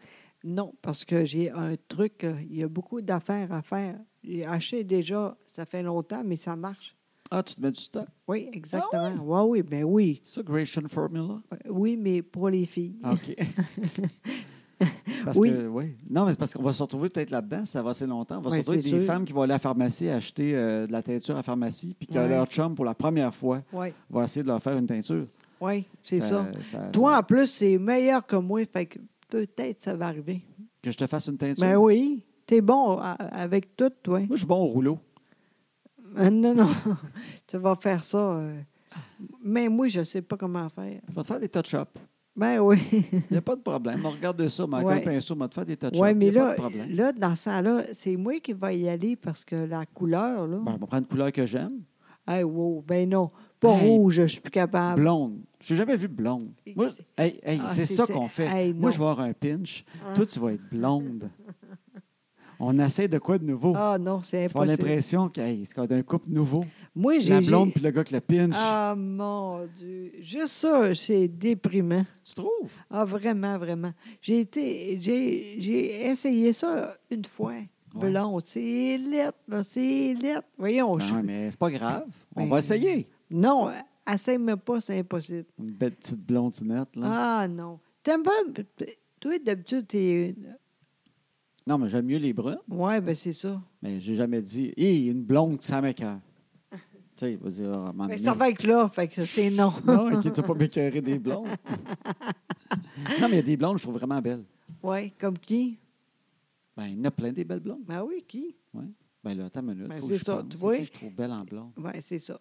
Speaker 2: Non, parce que j'ai un truc, euh, il y a beaucoup d'affaires à faire. J'ai acheté déjà, ça fait longtemps, mais ça marche.
Speaker 1: Ah, tu te mets du stock.
Speaker 2: Oui, exactement. oui, oui, ben oui.
Speaker 1: C'est ça, Gratian Formula?
Speaker 2: Oui, mais pour les filles.
Speaker 1: Ah, OK. parce
Speaker 2: Oui.
Speaker 1: que, oui. Non, mais c'est parce qu'on va se retrouver peut-être là-dedans, ça va assez longtemps. On va
Speaker 2: Ouais,
Speaker 1: se retrouver avec
Speaker 2: c'est
Speaker 1: des
Speaker 2: sûr.
Speaker 1: femmes qui vont aller à la pharmacie acheter euh, de la teinture à la pharmacie, puis que
Speaker 2: Ouais.
Speaker 1: leur chum, pour la première fois,
Speaker 2: Oui,
Speaker 1: va essayer de leur faire une teinture.
Speaker 2: oui, c'est ça.
Speaker 1: ça-
Speaker 2: Toi,
Speaker 1: ça-
Speaker 2: en plus, c'est meilleur que moi, fait que peut-être ça va arriver.
Speaker 1: Que je te fasse une teinture.
Speaker 2: Ben oui, t'es bon a- avec tout, toi.
Speaker 1: Moi, je suis bon au rouleau.
Speaker 2: Euh, Non, non, tu vas faire ça. euh, Mais moi, je ne sais pas comment faire.
Speaker 1: Je vais te faire des touch-ups.
Speaker 2: Ben oui.
Speaker 1: Il n'y a pas de problème. On regarde ça, mais avec
Speaker 2: Ouais.
Speaker 1: un pinceau, on va te faire des touch-ups.
Speaker 2: Oui, mais
Speaker 1: Il n'y a
Speaker 2: là,
Speaker 1: pas de problème.
Speaker 2: là, dans ce temps-là, c'est moi qui vais y aller parce que la couleur, là.
Speaker 1: Bon, on va prendre une couleur que j'aime.
Speaker 2: Hey, wow, ben non. Pas
Speaker 1: Hey,
Speaker 2: rouge, je ne suis plus capable.
Speaker 1: Blonde. Je n'ai jamais vu blonde.
Speaker 2: Et
Speaker 1: Moi,
Speaker 2: c'est-
Speaker 1: hey, hey,
Speaker 2: Ah,
Speaker 1: c'est ça
Speaker 2: c'était-
Speaker 1: qu'on fait.
Speaker 2: hey,
Speaker 1: Moi,
Speaker 2: non. Hein?
Speaker 1: je vais avoir un pinch. Toi, tu vas être blonde. On essaie de quoi de nouveau?
Speaker 2: Ah non, c'est
Speaker 1: tu vas avoir
Speaker 2: impossible.
Speaker 1: l'impression que, hey, c'est qu'on a un couple nouveau.
Speaker 2: Moi, j'ai.
Speaker 1: La
Speaker 2: j'ai-
Speaker 1: blonde puis le gars qui le pinch.
Speaker 2: Ah mon Dieu. Juste ça, c'est déprimant.
Speaker 1: Tu trouves?
Speaker 2: Ah, vraiment, vraiment. J'ai été, j'ai, j'ai essayé ça une fois.
Speaker 1: Ouais.
Speaker 2: Blonde, c'est lettre, là, c'est lettre. Voyons, Oh, je-
Speaker 1: Non, mais c'est pas grave. On
Speaker 2: Ben,
Speaker 1: va essayer.
Speaker 2: non, essaye-moi pas, c'est impossible.
Speaker 1: Une belle petite blondinette, là.
Speaker 2: Ah non. T'aimes pas... Toi, d'habitude, t'es une...
Speaker 1: Non, mais j'aime mieux les bruns.
Speaker 2: Ouais, ben c'est ça.
Speaker 1: Mais j'ai jamais dit, hé, une blonde qui ça m'écoeure. Tu sais, il va dire, Ah, à un moment
Speaker 2: Mais
Speaker 1: donné-
Speaker 2: Ben, ça va être là, fait que c'est non.
Speaker 1: Non, ok, tu vas pas m'écœurer des blondes. non, mais il y a des blondes, que je trouve vraiment belles.
Speaker 2: Ouais, comme qui?
Speaker 1: Ben, il y en a plein des belles blondes.
Speaker 2: Ben oui, qui?
Speaker 1: Ben là, attends une minute.
Speaker 2: Ben,
Speaker 1: faut
Speaker 2: c'est
Speaker 1: que je
Speaker 2: ça,
Speaker 1: pense.
Speaker 2: tu
Speaker 1: C'est
Speaker 2: vois?
Speaker 1: qui Je trouve belle en blonde.
Speaker 2: Ouais, c'est ça.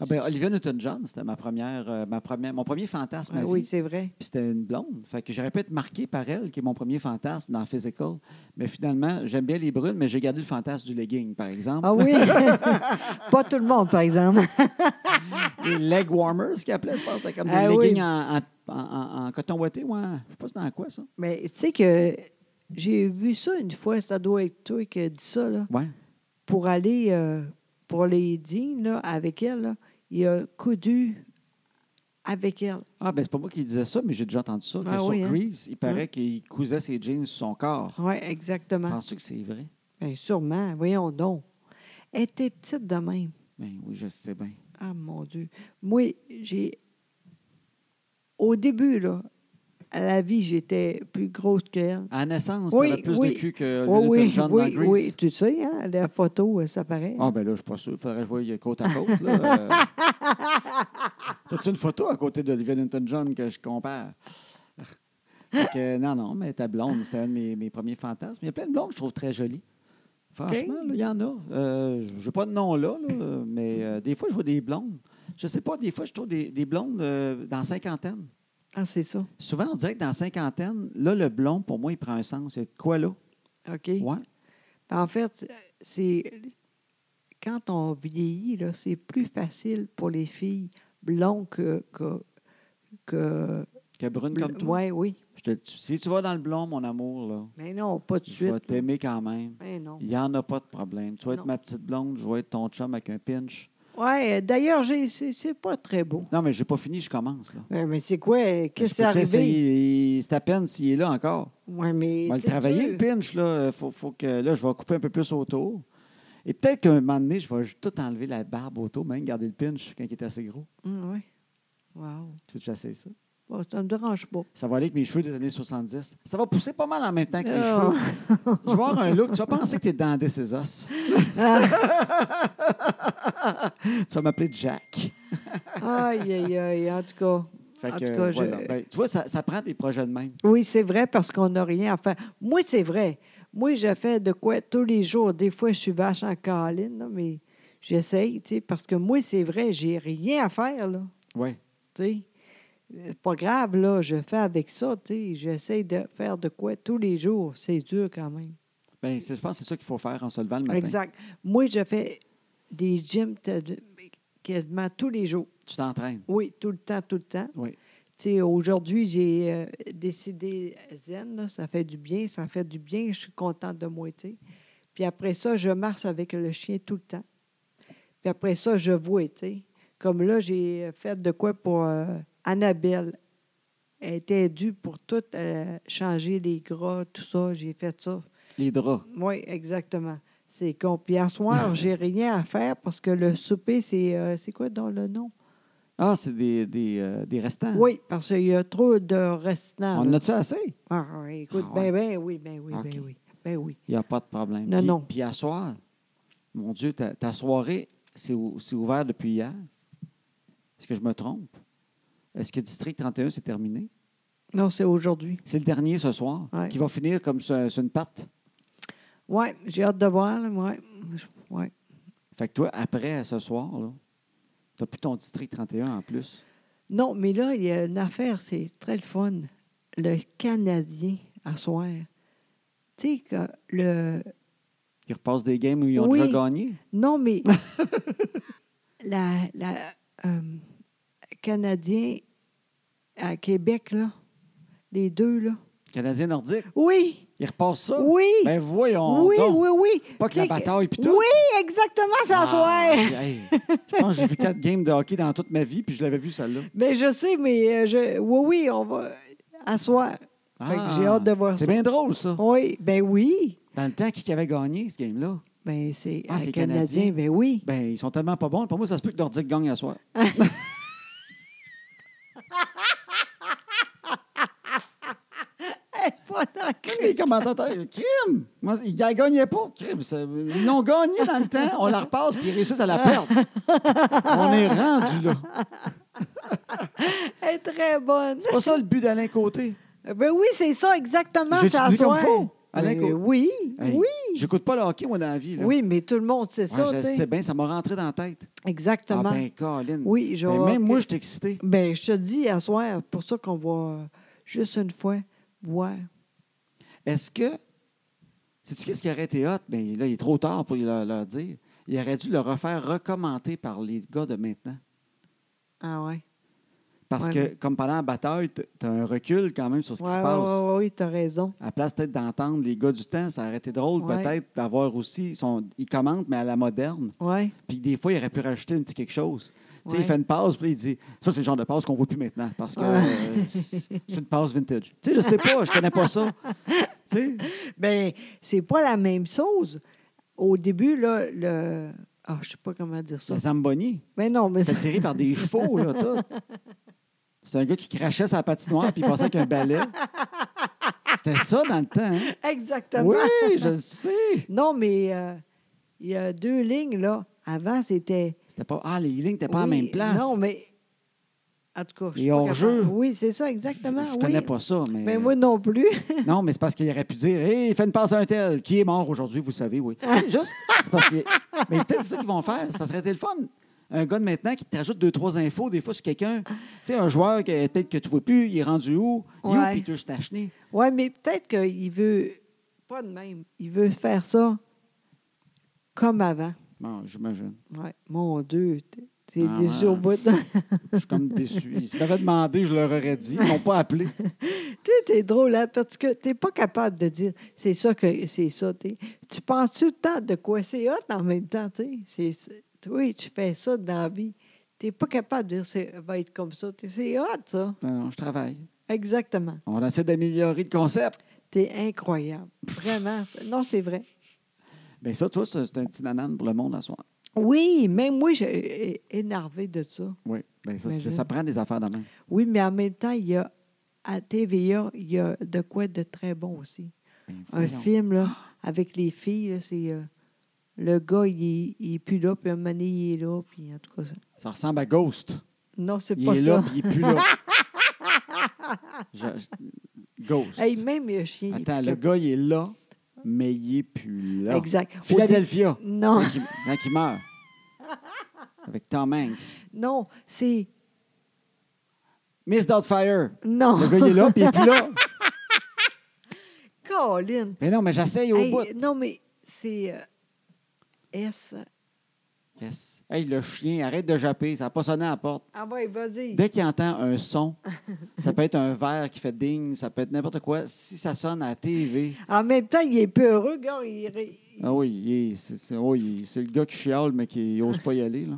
Speaker 1: Ah ben, Olivia Newton-John, c'était ma première, euh, ma première, mon premier fantasme.
Speaker 2: Ouais,
Speaker 1: à
Speaker 2: Ben oui,
Speaker 1: vie.
Speaker 2: c'est vrai.
Speaker 1: Puis c'était une blonde. Fait que j'aurais pu être marqué par elle, qui est mon premier fantasme dans Physical. Mais finalement, j'aime bien les brunes, mais j'ai gardé le fantasme du legging, par exemple.
Speaker 2: Ah oui? pas tout le monde, par exemple.
Speaker 1: Les leg warmers, ce qu'ils appelaient, je pense, c'était comme des
Speaker 2: Ah oui.
Speaker 1: leggings en, en- en- en coton ouaté ou en. Je sais pas, c'est dans quoi, ça?
Speaker 2: Mais tu sais que j'ai vu ça une fois, ça doit être toi qui as dit ça, là.
Speaker 1: Ouais.
Speaker 2: Pour aller euh, pour les dînes là, avec elle, là, il a coudu avec elle.
Speaker 1: Ah, ben c'est pas moi qui disais ça, mais j'ai déjà entendu ça. Que
Speaker 2: Ah
Speaker 1: sur
Speaker 2: oui, hein?
Speaker 1: Grease, il paraît qu'il cousait ses jeans sur son corps.
Speaker 2: Oui, exactement.
Speaker 1: Penses-tu que c'est vrai?
Speaker 2: Bien, sûrement, voyons donc. Elle était petite de même.
Speaker 1: Ben oui, je sais bien.
Speaker 2: Ah mon Dieu. Moi, j'ai. Au début, là, à la vie, j'étais plus grosse qu'elle.
Speaker 1: À la naissance,
Speaker 2: Oui,
Speaker 1: t'avais plus
Speaker 2: oui.
Speaker 1: de cul que
Speaker 2: Oui,
Speaker 1: Olivia
Speaker 2: oui,
Speaker 1: Newton-John dans
Speaker 2: oui,
Speaker 1: Grease.
Speaker 2: oui, tu sais, hein, la photo, euh, ça paraît.
Speaker 1: Ah, ben là, je suis pas sûr. Faudrait que je voie côte à côte. là. Euh, T'as-tu une photo à côté d'Olivia Newton-John que je compare? Fait que, non, non, mais ta blonde, c'était un de mes, mes premiers fantasmes. Il y a plein de blondes que je trouve très jolies. Franchement, là, il y en a. Euh, je n'ai pas de nom là, là, mais euh, des fois, je vois des blondes. Je sais pas, des fois, je trouve des, des blondes euh, dans cinquantaine.
Speaker 2: Ah, c'est ça.
Speaker 1: Souvent, on dirait que dans cinquantaine, là, le blond, pour moi, il prend un sens. Il y a de quoi là?
Speaker 2: OK.
Speaker 1: Ouais.
Speaker 2: En fait, c'est quand on vieillit, là, c'est plus facile pour les filles blondes que. que, que
Speaker 1: Que brune comme toi.
Speaker 2: Ouais, oui.
Speaker 1: Je te- tu- si tu vas dans le blond, mon amour, là,
Speaker 2: Mais non, pas de
Speaker 1: je vais
Speaker 2: suite.
Speaker 1: t'aimer quand même.
Speaker 2: Mais non.
Speaker 1: Il n'y en a pas de problème. Tu vas être
Speaker 2: Non.
Speaker 1: ma petite blonde, je vais être ton chum avec un pinch.
Speaker 2: Ouais, euh, d'ailleurs, j'ai- c'est c'est pas très beau.
Speaker 1: Non, mais j'ai pas fini, je commence. Là.
Speaker 2: Ouais, mais c'est quoi? euh,
Speaker 1: Je
Speaker 2: Qu'est-ce
Speaker 1: peux-tu
Speaker 2: qui est arrivé?
Speaker 1: essayer? C'est à peine s'il est là encore.
Speaker 2: Ouais, mais.
Speaker 1: On va le
Speaker 2: t'es
Speaker 1: travailler, le
Speaker 2: sûr?
Speaker 1: pinch. Là. Faut, faut que, là, je vais couper un peu plus autour. Et peut-être qu'un moment donné, je vais tout enlever la barbe autour, même garder le pinch quand il est assez gros.
Speaker 2: Hum, Ah, ouais. Wow.
Speaker 1: Tu veux que j'essaie ça?
Speaker 2: Bon, ça ne me dérange pas.
Speaker 1: Ça va aller avec mes cheveux des années 70. Ça va pousser pas mal en même temps que les
Speaker 2: Ah.
Speaker 1: cheveux. Je vais avoir un look. Tu vas penser que tu es dans des Césos. tu vas m'appeler Jack.
Speaker 2: Aïe, aïe, aïe, en tout cas.
Speaker 1: Fait
Speaker 2: En
Speaker 1: que,
Speaker 2: tout cas, je-
Speaker 1: voilà. Ben, tu vois, ça, ça prend des projets de même.
Speaker 2: Oui, c'est vrai parce qu'on n'a rien à faire. Moi, c'est vrai. Moi, je fais de quoi tous les jours. Des fois, je suis vache en câline, là, mais j'essaye, tu sais, parce que moi, c'est vrai, j'ai rien à faire, là.
Speaker 1: Oui.
Speaker 2: tu sais. Euh, Pas grave, là, je fais avec ça, tu sais. J'essaie de faire de quoi tous les jours. C'est dur quand même.
Speaker 1: Ben, c'est- je pense que c'est ça qu'il faut faire en se levant le matin.
Speaker 2: Exact. Moi, je fais des gyms t- quasiment tous les jours.
Speaker 1: Tu t'entraînes.
Speaker 2: Oui, tout le temps, tout le temps.
Speaker 1: Oui.
Speaker 2: Tu sais, aujourd'hui, j'ai euh, décidé zen, là, ça fait du bien, ça fait du bien, je suis contente de moi, tu sais. Puis après ça, je marche avec le chien tout le temps. Puis après ça, je vois, tu sais. Comme là, j'ai fait de quoi pour euh, Annabelle. Elle était due pour tout euh, changer les gras, tout ça. J'ai fait ça.
Speaker 1: Les draps.
Speaker 2: Oui, exactement. C'est con. Puis à soir, j'ai rien à faire parce que le souper, c'est euh, c'est quoi dans le nom?
Speaker 1: Ah, c'est des, des, euh, des restants.
Speaker 2: Oui, parce qu'il y a trop de restants.
Speaker 1: On
Speaker 2: là.
Speaker 1: en a-tu assez?
Speaker 2: Ah, ah, écoute,
Speaker 1: Ah ouais.
Speaker 2: ben, ben oui, ben oui,
Speaker 1: OK.
Speaker 2: ben oui. Ben oui.
Speaker 1: Il n'y a pas de problème.
Speaker 2: Non,
Speaker 1: puis,
Speaker 2: non.
Speaker 1: Puis à soir, mon Dieu, ta, ta soirée, c'est ou- c'est ouvert depuis hier. Est-ce que je me trompe? Est-ce que District 31, c'est terminé?
Speaker 2: Non, c'est aujourd'hui.
Speaker 1: C'est le dernier ce soir
Speaker 2: Ouais.
Speaker 1: qui va finir comme sur, sur une patte.
Speaker 2: Oui, j'ai hâte de voir. là, ouais. Je- ouais.
Speaker 1: Fait que toi, après ce soir, tu n'as plus ton District 31 en plus.
Speaker 2: Non, mais là, il y a une affaire, c'est très le fun. Le Canadien, à soir. Tu sais, que le.
Speaker 1: Ils repassent des games où ils ont
Speaker 2: Oui.
Speaker 1: déjà gagné.
Speaker 2: Non, mais. la. la euh, Canadien à Québec, là. Les deux, là.
Speaker 1: Canadien nordique,
Speaker 2: Oui!
Speaker 1: ils repassent ça.
Speaker 2: Oui!
Speaker 1: Ben voyons.
Speaker 2: oui,
Speaker 1: donc.
Speaker 2: oui, oui.
Speaker 1: Pas que la
Speaker 2: Tu sais
Speaker 1: bataille puis tout.
Speaker 2: Oui, exactement, ça
Speaker 1: Ah,
Speaker 2: hein. à soir.
Speaker 1: hey, je pense que j'ai vu quatre games de hockey dans toute ma vie, puis je l'avais vu celle-là.
Speaker 2: Ben, je sais, mais euh, je... oui, oui, on va asseoir. Fait que
Speaker 1: Ah,
Speaker 2: j'ai hâte de voir
Speaker 1: C'est
Speaker 2: ça.
Speaker 1: bien drôle, ça.
Speaker 2: Oui, ben oui.
Speaker 1: Dans le temps, qui qui avait gagné ce game-là?
Speaker 2: Ben, c'est
Speaker 1: Ah,
Speaker 2: un
Speaker 1: c'est
Speaker 2: Canadien,
Speaker 1: Canadien.
Speaker 2: ben oui.
Speaker 1: Ben, ils sont tellement pas bons. Pour moi, ça se peut que Nordique gagne à soir. Ben.
Speaker 2: Pas d'accord.
Speaker 1: Les commentateurs, crime! Moi, ils ne gagnaient pas. Crime! ça- Ils l'ont gagné dans le temps. On la repasse, puis ils réussissent à la perdre. On est rendu là.
Speaker 2: Elle est très bonne.
Speaker 1: C'est pas ça le but d'Alain Côté.
Speaker 2: Ben oui, c'est ça, exactement,
Speaker 1: J'ai-tu
Speaker 2: ça à
Speaker 1: dit comme
Speaker 2: soir.
Speaker 1: faut, Alain
Speaker 2: Ben
Speaker 1: Côté?
Speaker 2: oui,
Speaker 1: Hey,
Speaker 2: oui.
Speaker 1: J'écoute pas le hockey, moi, dans la vie. Là.
Speaker 2: Oui, mais tout le monde sait
Speaker 1: Ouais,
Speaker 2: ça,
Speaker 1: je
Speaker 2: tu sais.
Speaker 1: sais bien, ça m'a rentré dans la tête. Ah
Speaker 2: Exactement.
Speaker 1: ben, Colin.
Speaker 2: Oui, je
Speaker 1: Ben,
Speaker 2: vois
Speaker 1: même moi,
Speaker 2: que-
Speaker 1: je suis excité.
Speaker 2: Ben, je te dis, à soir, pour ça qu'on va euh, juste une fois boire.
Speaker 1: Est-ce que. Sais-tu qu'est-ce qui aurait été hot? Bien, là, il est trop tard pour leur, leur dire. Il aurait dû le refaire recommenter par les gars de maintenant.
Speaker 2: Ah ouais.
Speaker 1: Parce
Speaker 2: Ouais,
Speaker 1: que,
Speaker 2: mais-
Speaker 1: comme pendant la bataille, tu as un recul quand même sur ce qui
Speaker 2: Ouais,
Speaker 1: se
Speaker 2: ouais,
Speaker 1: passe.
Speaker 2: ouais, ouais, oui, t'as raison.
Speaker 1: À place peut-être d'entendre les gars du temps, ça aurait été drôle
Speaker 2: Ouais.
Speaker 1: peut-être d'avoir aussi. Son, ils commentent, mais à la moderne.
Speaker 2: Ouais.
Speaker 1: Puis des fois, il aurait pu rajouter un petit quelque chose. Tu sais,
Speaker 2: Ouais.
Speaker 1: Il fait une pause, puis là, il dit Ça, c'est le genre de pause qu'on ne voit plus maintenant parce que
Speaker 2: Ouais.
Speaker 1: euh, c'est une pause vintage. Tu sais, je sais pas, je connais pas ça. Tu sais,
Speaker 2: Ben, c'est pas la même chose. Au début, là, le. Ah, je sais pas comment dire ça.
Speaker 1: le Zamboni.
Speaker 2: Mais non, mais.
Speaker 1: C'était tiré par des chevaux, là, tout. C'était un gars qui crachait sa patinoire puis il passait avec un balai. C'était ça dans le temps. hein?
Speaker 2: Exactement.
Speaker 1: Oui, je le sais.
Speaker 2: Non, mais euh, il y a deux lignes, là. Avant, c'était.
Speaker 1: C'était pas. Ah, les lignes n'étaient pas en
Speaker 2: Oui,
Speaker 1: même place.
Speaker 2: Non, mais. En tout cas, je
Speaker 1: Les
Speaker 2: suis pas
Speaker 1: hors-jeux.
Speaker 2: capable. Oui, c'est ça, exactement.
Speaker 1: je
Speaker 2: oui.
Speaker 1: connais pas ça, mais.
Speaker 2: Mais moi non plus.
Speaker 1: Non, mais c'est parce qu'il aurait pu dire Hé, fais une passe à un tel. Qui est mort aujourd'hui, vous savez, oui. C'est juste. C'est parce que. Mais peut-être c'est ça qu'ils vont faire. C'est parce que ça aurait été le fun. Un gars de maintenant qui te rajoute deux, trois infos, des fois, sur quelqu'un. Tu sais, un joueur que peut-être que tu vois plus, il est rendu où Il est où,
Speaker 2: Ouais.
Speaker 1: puis il touche ta chenille.
Speaker 2: oui, mais peut-être qu'il veut. Pas de même. Il veut faire ça comme avant.
Speaker 1: Bon, j'imagine.
Speaker 2: Ouais. Mon Dieu. t'es- T'es
Speaker 1: Ah,
Speaker 2: déçu
Speaker 1: ouais.
Speaker 2: au bout.
Speaker 1: Je suis comme déçu. Ils se m'avaient demandé, je leur aurais dit. Ils m'ont pas appelé.
Speaker 2: Tu sais, t'es drôle, hein, parce que t'es pas capable de dire c'est ça que c'est ça. t'es- Tu penses tout le temps de quoi c'est hot en même temps, tu sais. C'est- c'est- Oui, tu fais ça dans la vie. T'es pas capable de dire c'est va être comme ça. t'es- C'est hot, ça.
Speaker 1: Non, non, je travaille.
Speaker 2: Exactement.
Speaker 1: On essaie d'améliorer le concept.
Speaker 2: T'es incroyable. Vraiment. Non, c'est vrai.
Speaker 1: Ben Bien, ça, tu vois, c'est c'est un petit nanan pour le monde à soir.
Speaker 2: Oui, même moi, j'ai énervé de ça.
Speaker 1: Oui, bien, ça,
Speaker 2: Imagine.
Speaker 1: c'est- ça prend des affaires de même.
Speaker 2: Oui, mais en même temps, il y a à TVA, il y a de quoi de très bon aussi.
Speaker 1: Ben,
Speaker 2: Un
Speaker 1: voyons.
Speaker 2: film là, avec les filles, là, c'est euh, le gars, il, il est plus là, puis un moment donné, il est là, puis en tout cas. ça-
Speaker 1: Ça ressemble à Ghost.
Speaker 2: Non, c'est
Speaker 1: Il
Speaker 2: pas
Speaker 1: est là,
Speaker 2: ça.
Speaker 1: puis il est plus là. Je- je- Ghost.
Speaker 2: Hey, même le chien. il est
Speaker 1: Attends,
Speaker 2: plus
Speaker 1: le
Speaker 2: là.
Speaker 1: gars, il est là, mais il est plus là.
Speaker 2: Exact. Au dé-
Speaker 1: Philadelphia,
Speaker 2: Non,
Speaker 1: quand il, quand il meurt. Avec Tom Hanks.
Speaker 2: non, c'est.
Speaker 1: Miss Doubtfire.
Speaker 2: Non.
Speaker 1: Le gars, il est là, puis il est plus là.
Speaker 2: Colin.
Speaker 1: Mais non, mais j'essaye au
Speaker 2: Hey, euh,
Speaker 1: bout.
Speaker 2: non, mais c'est. euh, S.
Speaker 1: Yes. Hey, le chien, arrête de japper. Ça n'a pas sonné à la porte.
Speaker 2: Ah ouais, vas-y.
Speaker 1: Dès qu'il entend un son, ça peut être un verre qui fait ding, ça peut être n'importe quoi. Si ça sonne à la TV,
Speaker 2: En même temps, il est peureux, gars. Il, ré-
Speaker 1: ah oui, il est- c'est c'est- oh, il- c'est le gars qui chiale, mais qui n'ose pas y aller. là.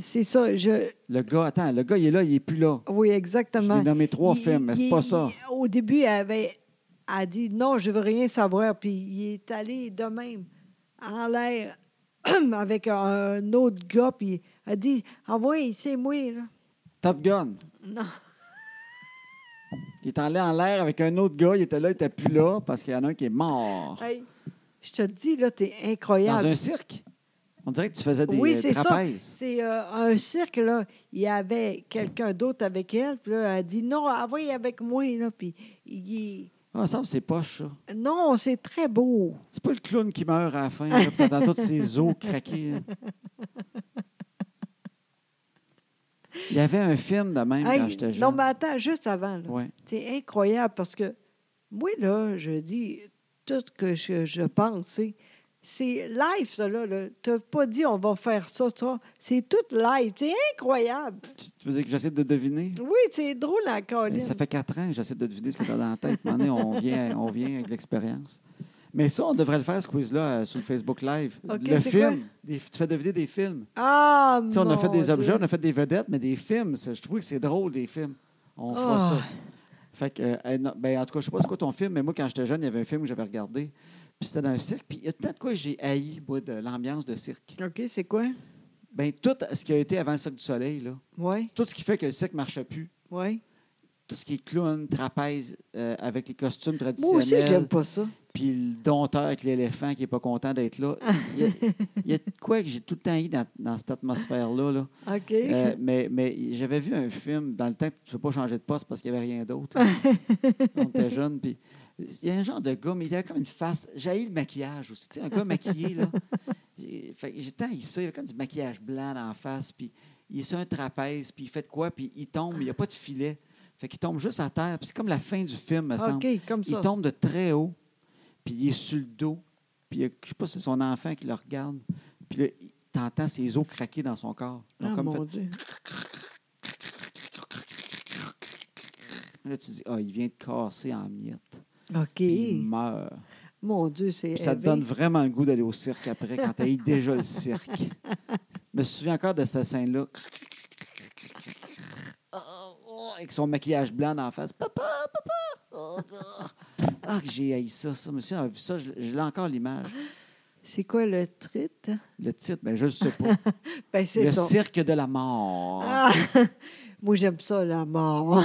Speaker 2: C'est ça. Je...
Speaker 1: Le gars, attends, le gars, il est là, il n'est plus là.
Speaker 2: Oui,
Speaker 1: Je
Speaker 2: exactement.
Speaker 1: l'ai nommé trois
Speaker 2: Il-
Speaker 1: films, mais c'est
Speaker 2: il-
Speaker 1: pas ça.
Speaker 2: il- au début, elle avait elle a dit non, je veux rien savoir. Puis il est allé de même en l'air avec un, un autre gars. Puis elle a dit Ah oui, c'est moi. Là.
Speaker 1: Top Gun.
Speaker 2: Non.
Speaker 1: Il est allé en l'air avec un autre gars, il était là, il n'était plus là, parce qu'il y en a un qui est mort.
Speaker 2: Hey, je te dis, là, t'es
Speaker 1: Dans
Speaker 2: incroyable.
Speaker 1: un cirque. On dirait que tu faisais des
Speaker 2: Oui,
Speaker 1: euh,
Speaker 2: c'est ça.
Speaker 1: trapèzes.
Speaker 2: C'est euh, un cirque, là. Il y avait quelqu'un d'autre avec elle. Puis là, elle a dit non, ah oui, avec moi. Là. Puis il-
Speaker 1: Ah, ça me semble que c'est poche, ça.
Speaker 2: Non, c'est très beau.
Speaker 1: C'est pas le clown qui meurt à la fin, là, puis t'entends tous ses os hein. craquer. là. Il y avait un film de même
Speaker 2: Hey,
Speaker 1: quand j'étais jeune.
Speaker 2: non, mais attends, juste avant. là.
Speaker 1: Ouais.
Speaker 2: C'est incroyable parce que moi, là, je dis tout ce que je, je pense. c'est- C'est live, ça, là. là. Tu n'as pas dit on va faire ça, ça. C'est tout live. C'est incroyable.
Speaker 1: Tu, tu veux dire que j'essaie de deviner?
Speaker 2: Oui, c'est drôle hein, en colline.
Speaker 1: Mais Euh, Ça fait quatre ans que j'essaie de deviner ce que tu as dans la tête. À un moment donné, on vient, on vient avec l'expérience. Mais ça, on devrait le faire, ce quiz-là, euh, sur le Facebook Live.
Speaker 2: OK,
Speaker 1: le
Speaker 2: c'est
Speaker 1: film. des- tu fais deviner des films.
Speaker 2: Ah,
Speaker 1: Tu sais, on a fait
Speaker 2: mon
Speaker 1: des objets,
Speaker 2: Dieu.
Speaker 1: on a fait des vedettes, mais des films, c'est- je trouve que c'est drôle, des films. On fera
Speaker 2: Ah.
Speaker 1: ça. Fait que, euh, eh, non, ben, en tout cas, je sais pas c'est quoi ton film, mais moi, quand j'étais jeune, il y avait un film que j'avais regardé. Puis c'était dans un cirque. Puis il y a tant de quoi que j'ai haï, moi, de l'ambiance de cirque.
Speaker 2: OK, c'est quoi?
Speaker 1: Ben, tout ce qui a été avant le Cirque du Soleil, là,
Speaker 2: Oui,
Speaker 1: tout ce qui fait que le cirque ne marchait plus,
Speaker 2: oui.
Speaker 1: tout ce qui est clown, trapèze, euh, avec les costumes
Speaker 2: Moi aussi, j'aime
Speaker 1: traditionnels,
Speaker 2: pas ça.
Speaker 1: puis le dompteur avec l'éléphant qui n'est pas content d'être là. Il y, a, il y a de quoi que j'ai tout le temps haï dans, dans cette atmosphère-là. Là.
Speaker 2: OK.
Speaker 1: Euh, mais mais j'avais vu un film dans le temps que tu ne peux pas changer de poste parce qu'il n'y avait rien d'autre. là. On était jeunes. Puis il y a un genre de gars, mais il avait comme une face. J'ai le maquillage aussi. Tu sais, un gars maquillé, là. J'ai- fait que J'ai tant haï ça. Il avait comme du maquillage blanc dans la face. Puis il est sur un trapèze. Puis il fait de quoi? Puis il tombe. mais Il n'y a pas de filet. Fait qu'il tombe juste à terre. Puis c'est comme la fin du film, me semble.
Speaker 2: Ah, OK, comme
Speaker 1: Il
Speaker 2: ça.
Speaker 1: tombe de très haut, puis il est sur le dos, puis il y a- je sais pas si c'est son enfant qui le regarde, puis là, il- t'entends ses os craquer dans son corps. Ils ont
Speaker 2: Ah,
Speaker 1: comme
Speaker 2: mon Dieu.
Speaker 1: fait- là, tu dis, ah, il vient de casser en miettes, puis il
Speaker 2: OK.
Speaker 1: meurt.
Speaker 2: Mon Dieu, c'est.
Speaker 1: Puis ça te
Speaker 2: élevé.
Speaker 1: donne vraiment le goût d'aller au cirque après, quand t'as eu déjà le cirque. Je me souviens encore de cette scène-là. Oh, oh, Avec son maquillage blanc en face. Papa, papa! Oh, oh. Ah, que j'ai haï ça, ça. Monsieur a vu ça, je je l'ai encore l'image.
Speaker 2: C'est quoi le trite?
Speaker 1: Le titre, ben, je ne sais pas.
Speaker 2: Ben, c'est
Speaker 1: Le
Speaker 2: ça.
Speaker 1: cirque de la mort.
Speaker 2: Ah! Moi, j'aime ça, la mort.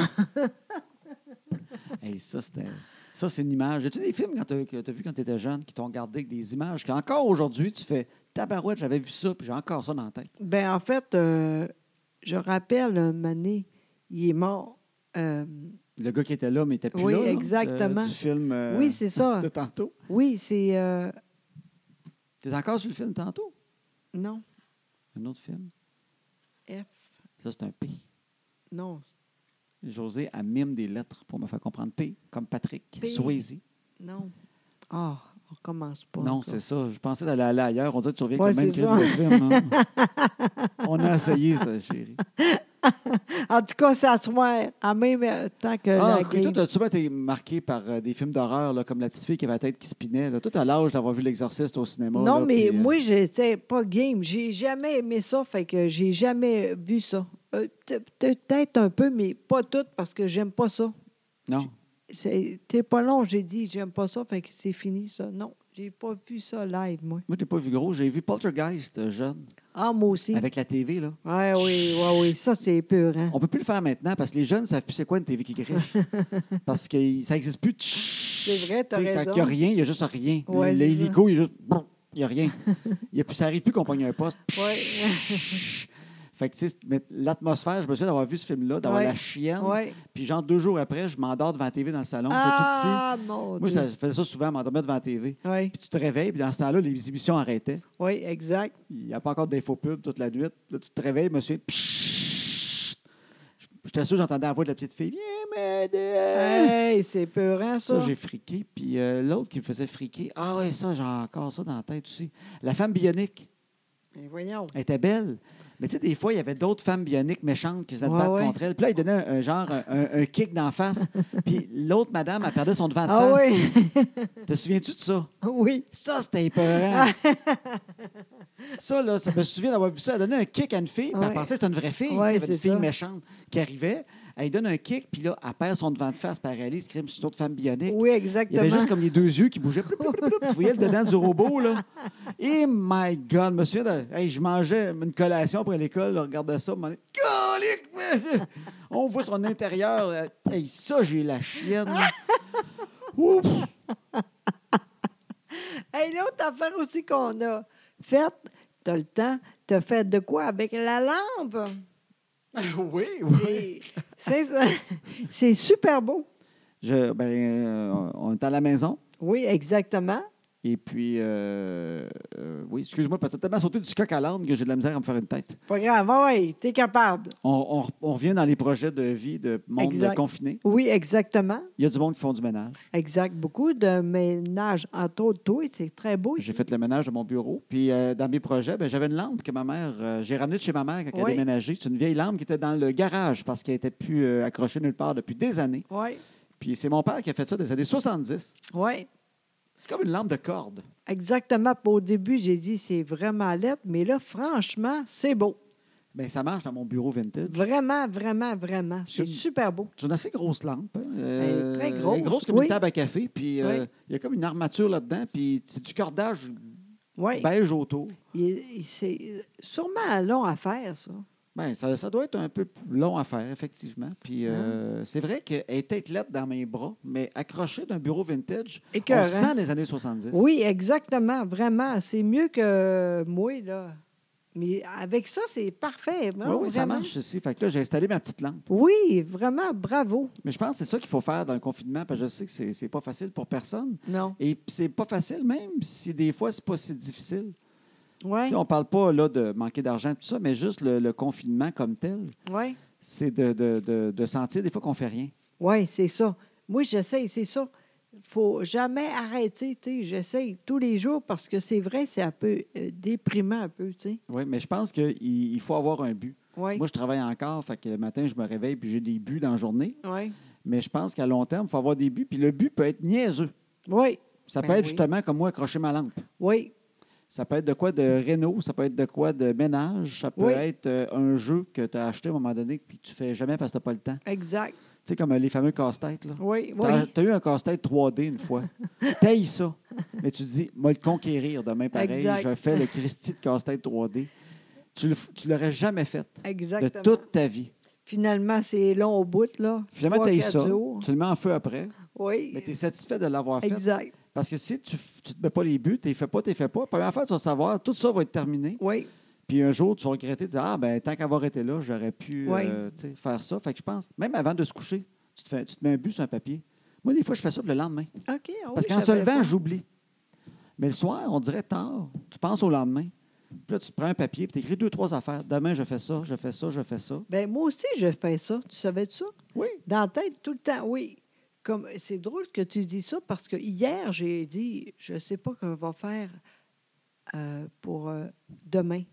Speaker 1: Hey, ça, c'était- ça, c'est une image. As-tu des films quand t'as- que tu as vu quand tu étais jeune qui t'ont gardé avec des images qu'encore aujourd'hui, tu fais tabarouette, j'avais vu ça, puis j'ai encore ça dans la tête.
Speaker 2: Ben, en fait, euh, je rappelle un mané, il est mort. Euh,
Speaker 1: Le gars qui était là, mais il était plus
Speaker 2: Oui,
Speaker 1: là. là,
Speaker 2: exactement.
Speaker 1: de- du film euh,
Speaker 2: oui, c'est ça.
Speaker 1: de tantôt.
Speaker 2: Oui, c'est. euh,
Speaker 1: Tu es encore sur le film tantôt?
Speaker 2: non,
Speaker 1: Un autre film?
Speaker 2: F.
Speaker 1: Ça, c'est un P.
Speaker 2: Non.
Speaker 1: José, elle mime des lettres pour me faire comprendre. P, comme Patrick,
Speaker 2: P.
Speaker 1: Swayze.
Speaker 2: Non. Ah, on recommence pas.
Speaker 1: Non,
Speaker 2: encore.
Speaker 1: c'est ça. Je pensais d'aller aller ailleurs. On dirait que tu reviens
Speaker 2: Ouais,
Speaker 1: avec le même
Speaker 2: c'est
Speaker 1: crime de film. hein. On a essayé ça, chérie.
Speaker 2: En tout cas, ça se voit en même euh, temps que
Speaker 1: Ah,
Speaker 2: la
Speaker 1: ok. toi,
Speaker 2: game.
Speaker 1: t'as- tu as été marqué par euh, des films d'horreur, là, comme La petite fille qui avait la tête qui spinait. Là. Toi, t'as l'âge d'avoir vu L'Exorciste au cinéma.
Speaker 2: Non,
Speaker 1: là,
Speaker 2: mais
Speaker 1: puis, euh,
Speaker 2: moi, j'étais pas game. J'ai jamais aimé ça, fait que j'ai jamais vu ça. Euh, peut- Peut-être un peu, mais pas tout, parce que j'aime pas ça.
Speaker 1: Non.
Speaker 2: C'était pas long, j'ai dit, j'aime pas ça, fait que c'est fini, ça. Non, J'ai pas vu ça live, moi.
Speaker 1: Moi, je pas vu gros. J'ai vu Poltergeist euh, jeune,
Speaker 2: Ah, moi aussi.
Speaker 1: avec la TV. Là.
Speaker 2: Ouais, oui, oui, oui. Ça, c'est pur, hein?
Speaker 1: On peut plus le faire maintenant parce que les jeunes ne savent plus c'est quoi une TV qui griche. parce que ça n'existe plus. C'est
Speaker 2: vrai, t'as
Speaker 1: Quand
Speaker 2: raison.
Speaker 1: il n'y a rien, il n'y a juste rien. Le-
Speaker 2: Ouais, c'est
Speaker 1: L'hélico, il y a juste. Il n'y a rien. Il y a plus, ça n'arrive plus qu'on pogne un poste.
Speaker 2: Oui.
Speaker 1: Fait que, tu sais, mais l'atmosphère, je me souviens d'avoir vu ce film-là, d'avoir
Speaker 2: Ouais.
Speaker 1: la chienne.
Speaker 2: Ouais.
Speaker 1: Puis, genre, deux jours après, je m'endors devant la TV dans le salon. J'étais
Speaker 2: Ah,
Speaker 1: tout
Speaker 2: mon
Speaker 1: petit. Moi,
Speaker 2: Dieu.
Speaker 1: ça, je faisais ça souvent, m'endormir devant la TV.
Speaker 2: Oui,
Speaker 1: Puis, tu te réveilles, puis dans ce temps-là, les émissions arrêtaient.
Speaker 2: oui, exact.
Speaker 1: Il n'y a pas encore d'infos pubs toute la nuit. Là, tu te réveilles, monsieur. Pshhh. J'étais sûr, j'entendais la voix de la petite fille. Viens m'aider.
Speaker 2: Hey, c'est peurant, Hein? ça.
Speaker 1: Euh. Ça, j'ai friqué. Puis euh, l'autre qui me faisait friquer. Ah ouais, ça, j'ai encore ça dans la tête aussi. La femme bionique,
Speaker 2: Mais voyons.
Speaker 1: elle était belle. Mais tu sais, des fois, il y avait d'autres femmes bioniques méchantes qui se
Speaker 2: Ouais,
Speaker 1: battre
Speaker 2: ouais.
Speaker 1: contre elle. Puis là, il donnait un, un genre, un, un- un kick d'en face. Puis l'autre madame, elle perdait son devant de
Speaker 2: Ah
Speaker 1: face.
Speaker 2: oui,
Speaker 1: Te souviens-tu de ça?
Speaker 2: oui.
Speaker 1: Ça, c'était épeurant. ça, là, ça je me souviens d'avoir vu ça. Elle donnait un kick à une fille, puis
Speaker 2: Ouais.
Speaker 1: elle pensait que c'était une vraie fille. tu
Speaker 2: Ouais,
Speaker 1: sais, une
Speaker 2: c'est
Speaker 1: fille
Speaker 2: ça.
Speaker 1: méchante qui arrivait. Elle lui donne un kick, puis là, elle perd son devant de face, puis elle réalise crime, c'est une autre femme bionique.
Speaker 2: Oui,
Speaker 1: Il y avait
Speaker 2: exactement.
Speaker 1: juste comme les deux yeux qui bougeaient. Ploup, ploup, ploup, ploup. Tu voyais le dedans du robot, là. Et my God, je me souviens, de- hey, je mangeais une collation après l'école, là, je regardais ça, je m'en allais, Colique, mais- on voit son intérieur. là. Hey, ça, j'ai la chienne. là. Ouf!
Speaker 2: Hey, l'autre affaire aussi qu'on a faite, t'as le temps, t'as fait de quoi avec la lampe?
Speaker 1: oui, oui.
Speaker 2: Et c'est ça. C'est super beau.
Speaker 1: Je- ben, euh, on est à la maison.
Speaker 2: Oui, exactement.
Speaker 1: Et puis, euh, euh, oui, excuse-moi, parce que t'as tellement sauté du coq à l'âne que j'ai de la misère à me faire une tête.
Speaker 2: Pas grave, oui, t'es capable.
Speaker 1: On, on- on revient dans les projets de vie de monde
Speaker 2: Exact.
Speaker 1: confiné.
Speaker 2: Oui, exactement.
Speaker 1: Il y a du monde qui font du ménage.
Speaker 2: Exact. Beaucoup de ménage, entre autres, toi, c'est très beau.
Speaker 1: J'ai fait le ménage de mon bureau. Puis, euh, dans mes projets, ben, j'avais une lampe que ma mère, euh, j'ai ramenée de chez ma mère quand elle
Speaker 2: Oui.
Speaker 1: a déménagé. C'est une vieille lampe qui était dans le garage parce qu'elle n'était plus euh, accrochée nulle part depuis des années.
Speaker 2: Oui,
Speaker 1: Puis, c'est mon père qui a fait ça dans les années 70.
Speaker 2: oui.
Speaker 1: C'est comme une lampe de corde.
Speaker 2: Exactement. Puis Au début, j'ai dit, c'est vraiment laid, mais là, franchement, c'est beau.
Speaker 1: Ben, ça marche dans mon bureau vintage.
Speaker 2: Vraiment, vraiment, vraiment. C'est
Speaker 1: C'est-
Speaker 2: super beau.
Speaker 1: C'est une assez grosse lampe. hein.
Speaker 2: Elle est très
Speaker 1: elle
Speaker 2: grosse,
Speaker 1: grosse comme
Speaker 2: oui.
Speaker 1: une table à café. Puis euh, il y a comme une armature là-dedans. Puis c'est du cordage
Speaker 2: Oui.
Speaker 1: beige autour.
Speaker 2: Il- il- c'est sûrement long à faire, ça.
Speaker 1: Ben, ça, ça doit être un peu long à faire, effectivement. Puis
Speaker 2: Ah.
Speaker 1: euh, c'est vrai qu'elle est lettre dans mes bras, mais accrochée d'un bureau vintage, on
Speaker 2: Écœurant.
Speaker 1: sent les années 70.
Speaker 2: Oui, exactement, vraiment. C'est mieux que moi, là. Mais avec ça, c'est parfait.
Speaker 1: Oui,
Speaker 2: non,
Speaker 1: oui, ça
Speaker 2: vraiment.
Speaker 1: marche aussi. Fait que là, j'ai installé ma petite lampe.
Speaker 2: Oui, vraiment, bravo.
Speaker 1: Mais je pense que c'est ça qu'il faut faire dans le confinement, parce que je sais que c'est- c'est pas facile pour personne.
Speaker 2: Non.
Speaker 1: Et puis, c'est pas facile, même si des fois, c'est pas si difficile.
Speaker 2: Oui,
Speaker 1: Tu sais, on parle pas là, de manquer d'argent, tout ça, mais juste le, le confinement comme tel,
Speaker 2: oui.
Speaker 1: c'est de, de- de- de sentir des fois qu'on fait rien.
Speaker 2: Oui, c'est ça. Moi, j'essaye, c'est ça. faut jamais arrêter, tu sais. J'essaye tous les jours parce que c'est vrai, c'est un peu euh, déprimant, un peu, tu sais.
Speaker 1: Oui, mais je pense qu'il il faut avoir un but.
Speaker 2: Oui,
Speaker 1: Moi, je travaille encore, fait que le matin, je me réveille puis j'ai des buts dans la journée.
Speaker 2: oui.
Speaker 1: Mais je pense qu'à long terme, il faut avoir des buts. Puis le but peut être niaiseux.
Speaker 2: Oui,
Speaker 1: Ça peut
Speaker 2: Ben
Speaker 1: être
Speaker 2: oui.
Speaker 1: justement comme moi, accrocher ma lampe.
Speaker 2: oui,
Speaker 1: Ça peut être de quoi de réno, ça peut être de quoi de ménage, ça peut
Speaker 2: Oui.
Speaker 1: être euh, un jeu que tu as acheté à un moment donné puis que tu fais jamais parce que tu n'as pas le temps.
Speaker 2: exact.
Speaker 1: Tu sais, comme euh, les fameux casse-têtes. là.
Speaker 2: Oui, oui.
Speaker 1: T'as as eu un casse-tête 3D une fois. Taille ça. Mais tu te dis, moi le conquérir demain pareil,
Speaker 2: Exact.
Speaker 1: je fais le Christie de casse-tête 3D. Tu le f- tu l'aurais jamais fait
Speaker 2: Exactement.
Speaker 1: de toute ta vie.
Speaker 2: Finalement, c'est long au bout, là.
Speaker 1: Finalement,
Speaker 2: Trois,
Speaker 1: tu
Speaker 2: quatre
Speaker 1: ça.
Speaker 2: jours.
Speaker 1: Tu le mets en feu après, mais
Speaker 2: Oui,
Speaker 1: tu es satisfait de l'avoir fait.
Speaker 2: exact.
Speaker 1: Parce que si tu ne te mets pas les buts, tu ne fais pas, tu ne fais pas, première fois, tu vas savoir, tout ça va être terminé.
Speaker 2: Oui,
Speaker 1: Puis un jour, tu vas regretter, tu dis Ah, ben tant qu'avoir été là, j'aurais pu
Speaker 2: Oui.
Speaker 1: euh, tu sais, faire ça. Fait que je pense, même avant de se coucher, tu te, fais- tu te mets un but sur un papier. Moi, des fois, je fais ça pour le lendemain.
Speaker 2: OK. ah
Speaker 1: Parce qu'en se levant, j'oublie. Mais le soir, on dirait tard, tu penses au lendemain. Puis là, tu te prends un papier, puis tu écris deux, trois affaires. Demain, je fais ça, je fais ça, je fais ça.
Speaker 2: Ben, moi aussi, je fais ça. Tu savais de ça?
Speaker 1: Oui.
Speaker 2: Dans la tête, tout le temps, oui. Comme C'est drôle que tu dis ça parce que hier, j'ai dit, je ne sais pas qu'on va faire euh, pour euh, demain.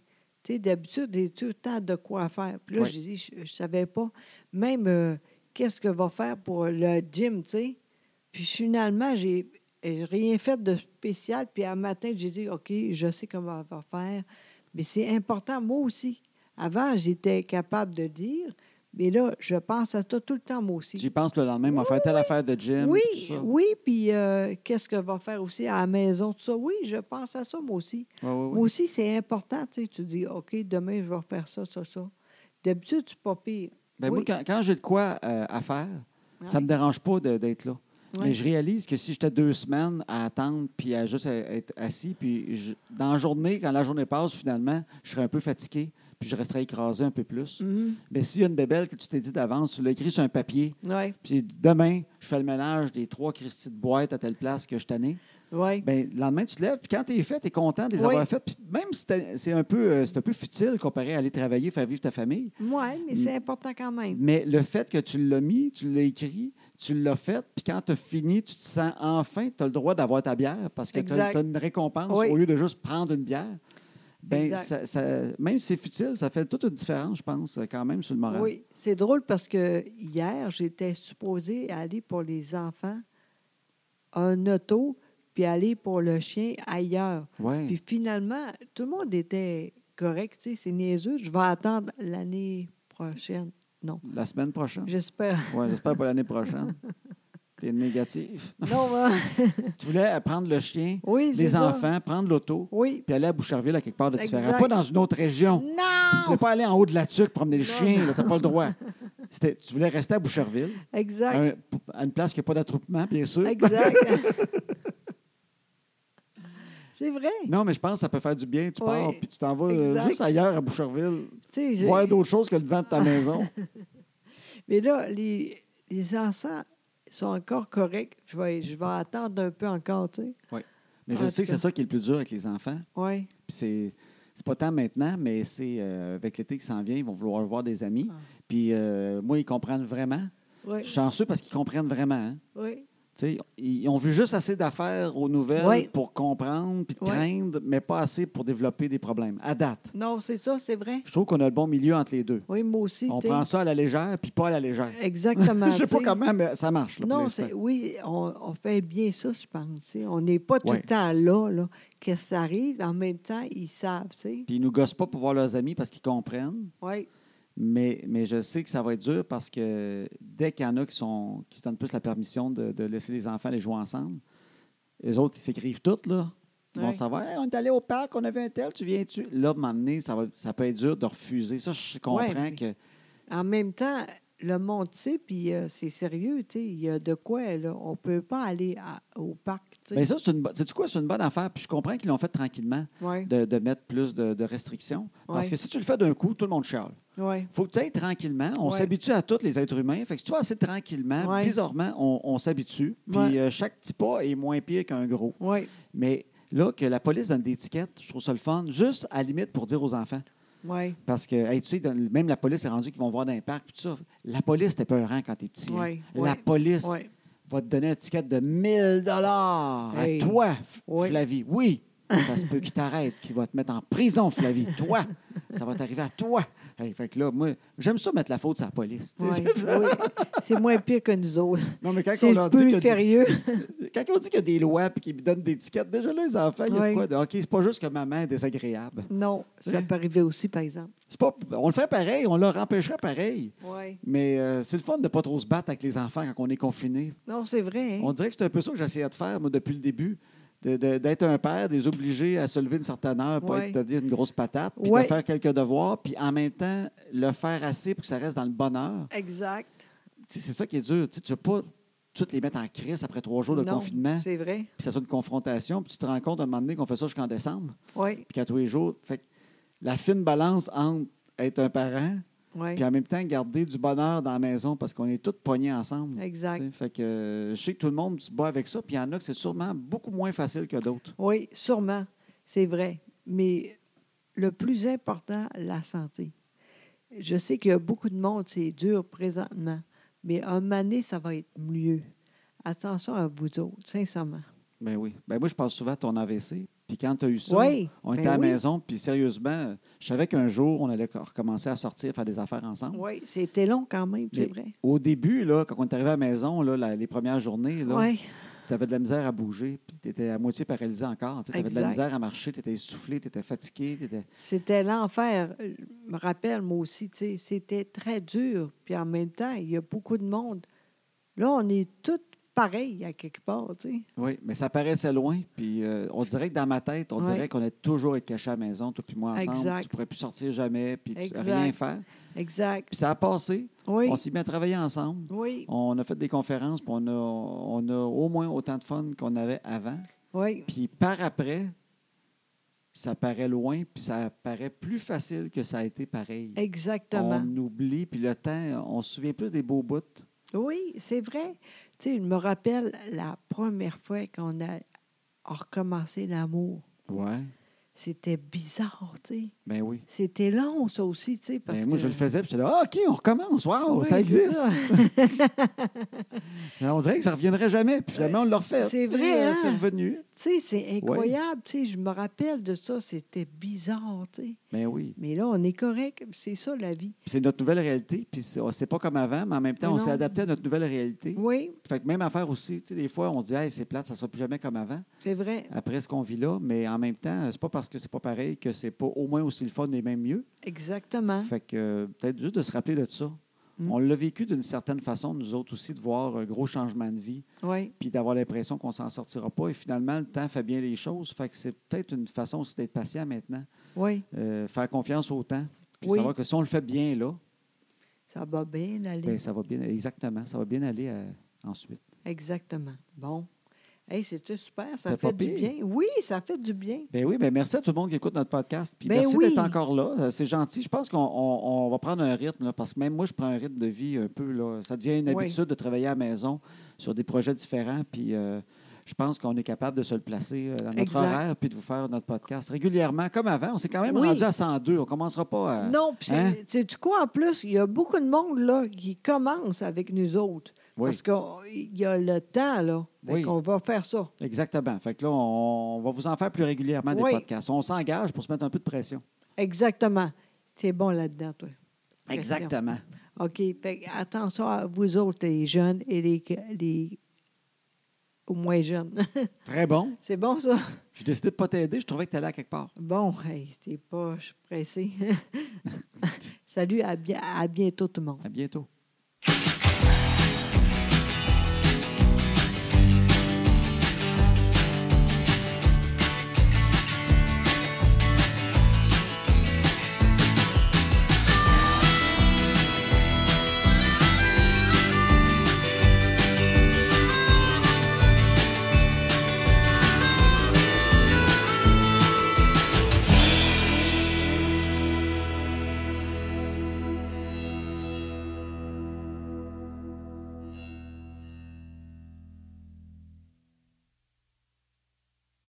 Speaker 2: Tu sais, d'habitude, il y a tout le temps de quoi faire. Puis là,
Speaker 1: Oui.
Speaker 2: j'ai dit, je ne savais pas. Même euh, qu'est-ce que va faire pour le gym, tu sais. Puis finalement, j'ai j'ai rien fait de spécial. Puis un matin, j'ai dit, OK, je sais comment on va faire. Mais c'est important, moi aussi. Avant, j'étais capable de dire, Mais là, je pense à ça tout le temps, moi aussi.
Speaker 1: J'y pense que le lendemain, on va faire telle affaire de gym.
Speaker 2: Oui,
Speaker 1: puis tout ça.
Speaker 2: oui, puis euh, qu'est-ce que va faire aussi à la maison, tout ça. Oui, je pense à ça, moi aussi.
Speaker 1: Ouais, ouais, ouais.
Speaker 2: Moi aussi, c'est important, tu sais, tu dis, OK, demain, je vais refaire ça, ça, ça. D'habitude, tu pas pire.
Speaker 1: Ben, Moi,
Speaker 2: oui.
Speaker 1: quand, quand j'ai de quoi euh, à faire, ça
Speaker 2: Ouais.
Speaker 1: ne me dérange pas de- d'être là.
Speaker 2: Ouais.
Speaker 1: Mais je réalise que si j'étais deux semaines à attendre, puis à juste à- être assis, puis je- dans la journée, quand la journée passe, finalement, je serais un peu fatigué, puis je resterais écrasé un peu plus.
Speaker 2: Mhm.
Speaker 1: Mais s'il y a une bébelle que tu t'es dit d'avance, tu l'as écrit sur un papier,
Speaker 2: Oui,
Speaker 1: puis demain, je fais le ménage des trois Christie de boîtes à telle place que je t'en ai,
Speaker 2: oui.
Speaker 1: ben, le lendemain, tu te lèves, puis quand tu es fait, tu es content de les
Speaker 2: Oui.
Speaker 1: avoir faites. Puis même si t'as- c'est un, peu, euh, c'est un peu futile comparé à aller travailler, faire vivre ta famille,
Speaker 2: Oui, mais c'est important quand même.
Speaker 1: mais le fait que tu l'as mis, tu l'as écrit, tu l'as fait, puis quand tu as fini, tu te sens enfin, tu as le droit d'avoir ta bière parce que tu
Speaker 2: Exact.
Speaker 1: as une récompense
Speaker 2: Oui.
Speaker 1: au lieu de juste prendre une bière. Ben,
Speaker 2: Exact.
Speaker 1: ça- ça- même si c'est futile, ça fait toute une différence, je pense, euh, quand même, sur le moral.
Speaker 2: Oui, c'est drôle parce que hier, j'étais supposée aller pour les enfants en auto, puis aller pour le chien ailleurs.
Speaker 1: Ouais.
Speaker 2: Puis finalement, tout le monde était correct, tu sais, c'est niaiseux. Je vais attendre l'année prochaine.
Speaker 1: La semaine prochaine.
Speaker 2: J'espère.
Speaker 1: Oui, j'espère pas l'année prochaine. T'es négatif.
Speaker 2: Non, hein?
Speaker 1: Tu voulais euh, prendre le chien,
Speaker 2: oui, c'est
Speaker 1: les
Speaker 2: ça.
Speaker 1: enfants, prendre l'auto,
Speaker 2: Oui.
Speaker 1: puis aller à Boucherville à quelque part de différent.
Speaker 2: Exact.
Speaker 1: Pas dans une autre région. Tu
Speaker 2: Non!
Speaker 1: voulais pas aller en haut de la tuque promener le
Speaker 2: Non,
Speaker 1: chien, tu n'as pas le droit. C'était- Tu voulais rester à Boucherville, à,
Speaker 2: Exact.
Speaker 1: un- à une place qui n'a pas d'attroupement, bien sûr.
Speaker 2: Exact. c'est vrai.
Speaker 1: Non, mais je pense que ça peut faire du bien. Tu
Speaker 2: Oui.
Speaker 1: pars, puis tu t'en vas euh,
Speaker 2: Exact.
Speaker 1: juste ailleurs à Boucherville,
Speaker 2: Tu sais, j'ai-
Speaker 1: voir d'autres choses que le devant de ta maison.
Speaker 2: Mais là, les, les enfants sont encore corrects. Je vais, je vais attendre un peu encore, tu sais.
Speaker 1: Mais
Speaker 2: En
Speaker 1: je
Speaker 2: tout
Speaker 1: sais que
Speaker 2: cas.
Speaker 1: c'est ça qui est le plus dur avec les enfants.
Speaker 2: Oui.
Speaker 1: Puis c'est c'est pas tant maintenant, mais c'est euh, avec l'été qui s'en vient, ils vont vouloir voir des amis.
Speaker 2: Ah.
Speaker 1: Puis euh, moi, ils comprennent vraiment.
Speaker 2: Oui.
Speaker 1: Je suis chanceux parce qu'ils comprennent vraiment. hein.
Speaker 2: Oui.
Speaker 1: Tu sais, ils ont vu juste assez d'affaires aux nouvelles
Speaker 2: Oui.
Speaker 1: pour comprendre puis de
Speaker 2: Oui.
Speaker 1: craindre, mais pas assez pour développer des problèmes. À date,
Speaker 2: Non, c'est ça, c'est vrai.
Speaker 1: je trouve qu'on a le bon milieu entre les deux.
Speaker 2: Oui, moi aussi.
Speaker 1: On
Speaker 2: tu sais.
Speaker 1: prend ça à la légère puis pas à la légère.
Speaker 2: Exactement.
Speaker 1: je sais pas
Speaker 2: tu sais.
Speaker 1: comment, mais ça marche. là, pour
Speaker 2: Non,
Speaker 1: l'instant.
Speaker 2: c'est, oui, on, on fait bien ça, je pense. tu sais. On n'est pas tout
Speaker 1: Ouais.
Speaker 2: le temps là, là. Qu'est-ce que ça arrive? En même temps, ils savent, tu sais.
Speaker 1: Puis ils nous gossent pas pour voir leurs amis parce qu'ils comprennent,
Speaker 2: Oui.
Speaker 1: mais, mais je sais que ça va être dur parce que dès qu'il y en a qui, sont, qui se donnent plus la permission de, de laisser les enfants les jouer ensemble, les autres, ils s'écrivent toutes, là. Ils vont
Speaker 2: Ouais.
Speaker 1: savoir, Hey, on est allé au parc, on a vu un tel, tu viens-tu? Là, m'amener, ça, va- ça peut être dur de refuser. Ça, je comprends
Speaker 2: Ouais.
Speaker 1: que
Speaker 2: En même temps, le monde sait, puis euh, c'est sérieux, tu sais. Il y a de quoi, là. On ne peut pas aller à- au parc, tu sais.
Speaker 1: Mais ça, c'est une bonne. Sais-tu quoi? C'est une bonne affaire. Puis je comprends qu'ils l'ont fait tranquillement
Speaker 2: Oui,
Speaker 1: de, de mettre plus de, de restrictions. Parce
Speaker 2: Ouais.
Speaker 1: que si tu le fais d'un coup, tout le monde chiale.
Speaker 2: oui,
Speaker 1: faut que tu ailles tranquillement. On
Speaker 2: Ouais.
Speaker 1: s'habitue à tous les êtres humains. Fait que si tu vas assez tranquillement,
Speaker 2: Ouais.
Speaker 1: bizarrement, on, on s'habitue. Puis
Speaker 2: Ouais.
Speaker 1: euh, chaque petit pas est moins pire qu'un gros.
Speaker 2: oui,
Speaker 1: Mais là, que la police donne des étiquettes, je trouve ça le fun, juste à la limite pour dire aux enfants.
Speaker 2: oui,
Speaker 1: Parce que, hey, tu sais, dans- même la police est rendue qu'ils vont voir dans les parcs. Puis tout ça. La police, t'es peurant quand t'es petit. hein.
Speaker 2: Ouais,
Speaker 1: La
Speaker 2: ouais,
Speaker 1: police
Speaker 2: oui.
Speaker 1: va te donner un ticket de 1000 dollars à
Speaker 2: Hey.
Speaker 1: toi, F-
Speaker 2: Oui.
Speaker 1: Flavie. Oui, ça se peut qu'il t'arrête, qu'il va te mettre en prison, Flavie. Toi, ça va t'arriver à toi. Hey, fait que là, moi, j'aime ça mettre la faute sur la police. tu sais.
Speaker 2: oui, oui. C'est moins pire que nous autres.
Speaker 1: Non, mais quand on
Speaker 2: C'est
Speaker 1: leur dit qu'il y
Speaker 2: peu
Speaker 1: a des-
Speaker 2: férieux.
Speaker 1: quand on dit qu'il y a des lois et qu'ils donnent des étiquettes, déjà là, les enfants, il y a de
Speaker 2: Oui.
Speaker 1: quoi de, OK, c'est pas juste que maman est désagréable.
Speaker 2: Non, ça
Speaker 1: Hein?
Speaker 2: peut arriver aussi, par exemple.
Speaker 1: C'est pas, on le fait pareil, on leur empêcherait pareil.
Speaker 2: Oui.
Speaker 1: Mais euh, c'est le fun de pas trop se battre avec les enfants quand on est confiné.
Speaker 2: Non, c'est vrai. hein?
Speaker 1: On dirait que c'est un peu ça que j'essayais de faire, moi, depuis le début. de- de- D'être un père, des obliger à se lever une certaine heure, pas
Speaker 2: Ouais.
Speaker 1: être, devenir une grosse patate, puis
Speaker 2: Ouais.
Speaker 1: de faire quelques devoirs, puis en même temps, le faire assez pour que ça reste dans le bonheur.
Speaker 2: Exact.
Speaker 1: Tu sais, C'est ça qui est dur. Tu ne veux pas toutes les mettre en crise après trois jours de
Speaker 2: Non,
Speaker 1: confinement,
Speaker 2: C'est vrai.
Speaker 1: puis ça soit une confrontation, puis tu te rends compte à un moment donné qu'on fait ça jusqu'en décembre,
Speaker 2: Oui,
Speaker 1: puis qu'à tous les jours. Fait que la fine balance entre être un parent,
Speaker 2: oui.
Speaker 1: puis en même temps garder du bonheur dans la maison parce qu'on est tous pognés ensemble.
Speaker 2: Exact.
Speaker 1: T'sais, Fait que euh, je sais que tout le monde se bat avec ça, puis il y en a que c'est sûrement beaucoup moins facile que d'autres.
Speaker 2: Oui, sûrement. C'est vrai. Mais le plus important, la santé. Je sais qu'il y a beaucoup de monde, c'est dur présentement. Mais un moment donné, ça va être mieux. Attention à vous autres, sincèrement.
Speaker 1: Ben oui. Ben moi, je pense souvent à ton AVC. Puis quand tu as eu ça,
Speaker 2: Oui,
Speaker 1: on
Speaker 2: ben
Speaker 1: était à la
Speaker 2: oui.
Speaker 1: maison, puis sérieusement, euh, je savais qu'un jour, on allait co- recommencer à sortir, faire des affaires ensemble.
Speaker 2: Oui, c'était long quand même, c'est
Speaker 1: Mais
Speaker 2: vrai.
Speaker 1: Au début, là, quand on est arrivé à la maison, là, la- les premières journées,
Speaker 2: Oui,
Speaker 1: tu avais de la misère à bouger, puis tu étais à moitié paralysé encore. Tu avais de la
Speaker 2: Exact.
Speaker 1: misère à marcher, tu étais essoufflé, tu étais fatigué. t'étais-
Speaker 2: c'était l'enfer. me rappelle, moi aussi, tu sais, c'était très dur. Puis en même temps, il y a beaucoup de monde. Là, on est tous pareils à quelque part, tu sais.
Speaker 1: Oui, mais ça paraissait loin. Puis euh, on dirait que dans ma tête, on
Speaker 2: Oui.
Speaker 1: dirait qu'on a toujours été cachés à la maison, toi puis moi ensemble.
Speaker 2: Exact.
Speaker 1: Tu pourrais plus sortir jamais, puis tu-
Speaker 2: Exact.
Speaker 1: rien faire.
Speaker 2: Exact.
Speaker 1: Puis ça a passé.
Speaker 2: Oui.
Speaker 1: On s'est mis à travailler ensemble.
Speaker 2: Oui.
Speaker 1: On a fait des conférences, puis on a, on a au moins autant de fun qu'on avait avant.
Speaker 2: Oui.
Speaker 1: Puis par après, ça paraît loin, puis ça paraît plus facile que ça a été pareil.
Speaker 2: Exactement.
Speaker 1: On oublie, puis le temps, on se souvient plus des beaux bouts.
Speaker 2: Oui, c'est vrai. Tu sais, je me rappelle la première fois qu'on a a recommencé l'amour.
Speaker 1: Ouais.
Speaker 2: C'était bizarre, tu sais.
Speaker 1: Ben oui.
Speaker 2: C'était long, ça aussi, tu sais, parce
Speaker 1: Ben moi,
Speaker 2: que... Ah
Speaker 1: je le faisais, puis j'étais là, ah, OK, on recommence, wow,
Speaker 2: Oui,
Speaker 1: ça
Speaker 2: c'est
Speaker 1: existe.
Speaker 2: ça.
Speaker 1: On dirait que ça ne reviendrait jamais, puis finalement, on l'a refait.
Speaker 2: C'est vrai,
Speaker 1: Et, euh,
Speaker 2: hein?
Speaker 1: C'est revenu.
Speaker 2: Tu sais, c'est incroyable, tu sais, je me rappelle de ça, c'était bizarre, tu sais.
Speaker 1: Ben oui.
Speaker 2: Mais là, on est correct, c'est ça la vie.
Speaker 1: Puis C'est notre nouvelle réalité, puis c'est c'est pas comme avant, mais en même temps,
Speaker 2: Mais
Speaker 1: on
Speaker 2: non.
Speaker 1: s'est adapté à notre nouvelle réalité.
Speaker 2: Oui,
Speaker 1: Fait que même affaire aussi, tu sais, des fois, on se dit, hey, c'est plate, ça ne sera plus jamais comme avant.
Speaker 2: c'est vrai,
Speaker 1: après ce qu'on vit là, mais en même temps, c'est pas parce que c'est pas pareil que c'est pas au moins aussi le fun et même mieux.
Speaker 2: exactement.
Speaker 1: Fait que euh, peut-être juste de se rappeler de ça.
Speaker 2: Hein? Mm.
Speaker 1: On l'a vécu d'une certaine façon, nous autres aussi, de voir un gros changement de vie,
Speaker 2: Oui,
Speaker 1: puis d'avoir l'impression qu'on s'en sortira pas. Et finalement, le temps fait bien les choses. Fait que c'est peut-être une façon aussi d'être patient maintenant,
Speaker 2: oui,
Speaker 1: Euh, faire confiance au temps, puis
Speaker 2: Oui.
Speaker 1: savoir que si on le fait bien là,
Speaker 2: ça va bien aller.
Speaker 1: ben, ça va bien, exactement, ça va bien aller euh, ensuite.
Speaker 2: Exactement. Bon. Hey, c'était super, ça
Speaker 1: C'était pas
Speaker 2: fait du
Speaker 1: pire.
Speaker 2: bien. Oui, ça fait du bien.
Speaker 1: Ben oui, ben merci à tout le monde qui écoute notre podcast. Puis
Speaker 2: Ben
Speaker 1: merci
Speaker 2: oui.
Speaker 1: d'être encore là. Euh, C'est gentil. Je pense qu'on on- on va prendre un rythme, là, parce que même moi, je prends un rythme de vie un peu. Là. Ça devient une
Speaker 2: Oui.
Speaker 1: habitude de travailler à la maison sur des projets différents. Puis euh, je pense qu'on est capable de se le placer euh, dans notre
Speaker 2: Exact.
Speaker 1: horaire puis de vous faire notre podcast régulièrement, comme avant. On s'est quand même
Speaker 2: Oui.
Speaker 1: rendu à 102. On ne commencera pas à.
Speaker 2: Non, puis
Speaker 1: hein?
Speaker 2: c'est du quoi en plus, il y a beaucoup de monde là qui commence avec nous autres
Speaker 1: Oui,
Speaker 2: parce qu'il y a le temps là,
Speaker 1: Oui.
Speaker 2: on va faire ça.
Speaker 1: exactement. Fait que là, on, on va vous en faire plus régulièrement
Speaker 2: Oui.
Speaker 1: des podcasts. On s'engage pour se mettre un peu de pression.
Speaker 2: Exactement. C'est bon là-dedans toi. Pression.
Speaker 1: Exactement.
Speaker 2: OK, fait que attention à vous autres les jeunes et les les au moins jeunes.
Speaker 1: Très bon.
Speaker 2: c'est bon ça.
Speaker 1: J'ai décidé de ne pas t'aider. Je trouvais que tu allais à quelque part.
Speaker 2: Bon, hey, t'es pas pressé. Salut, à bien- à bientôt tout le monde.
Speaker 1: À bientôt.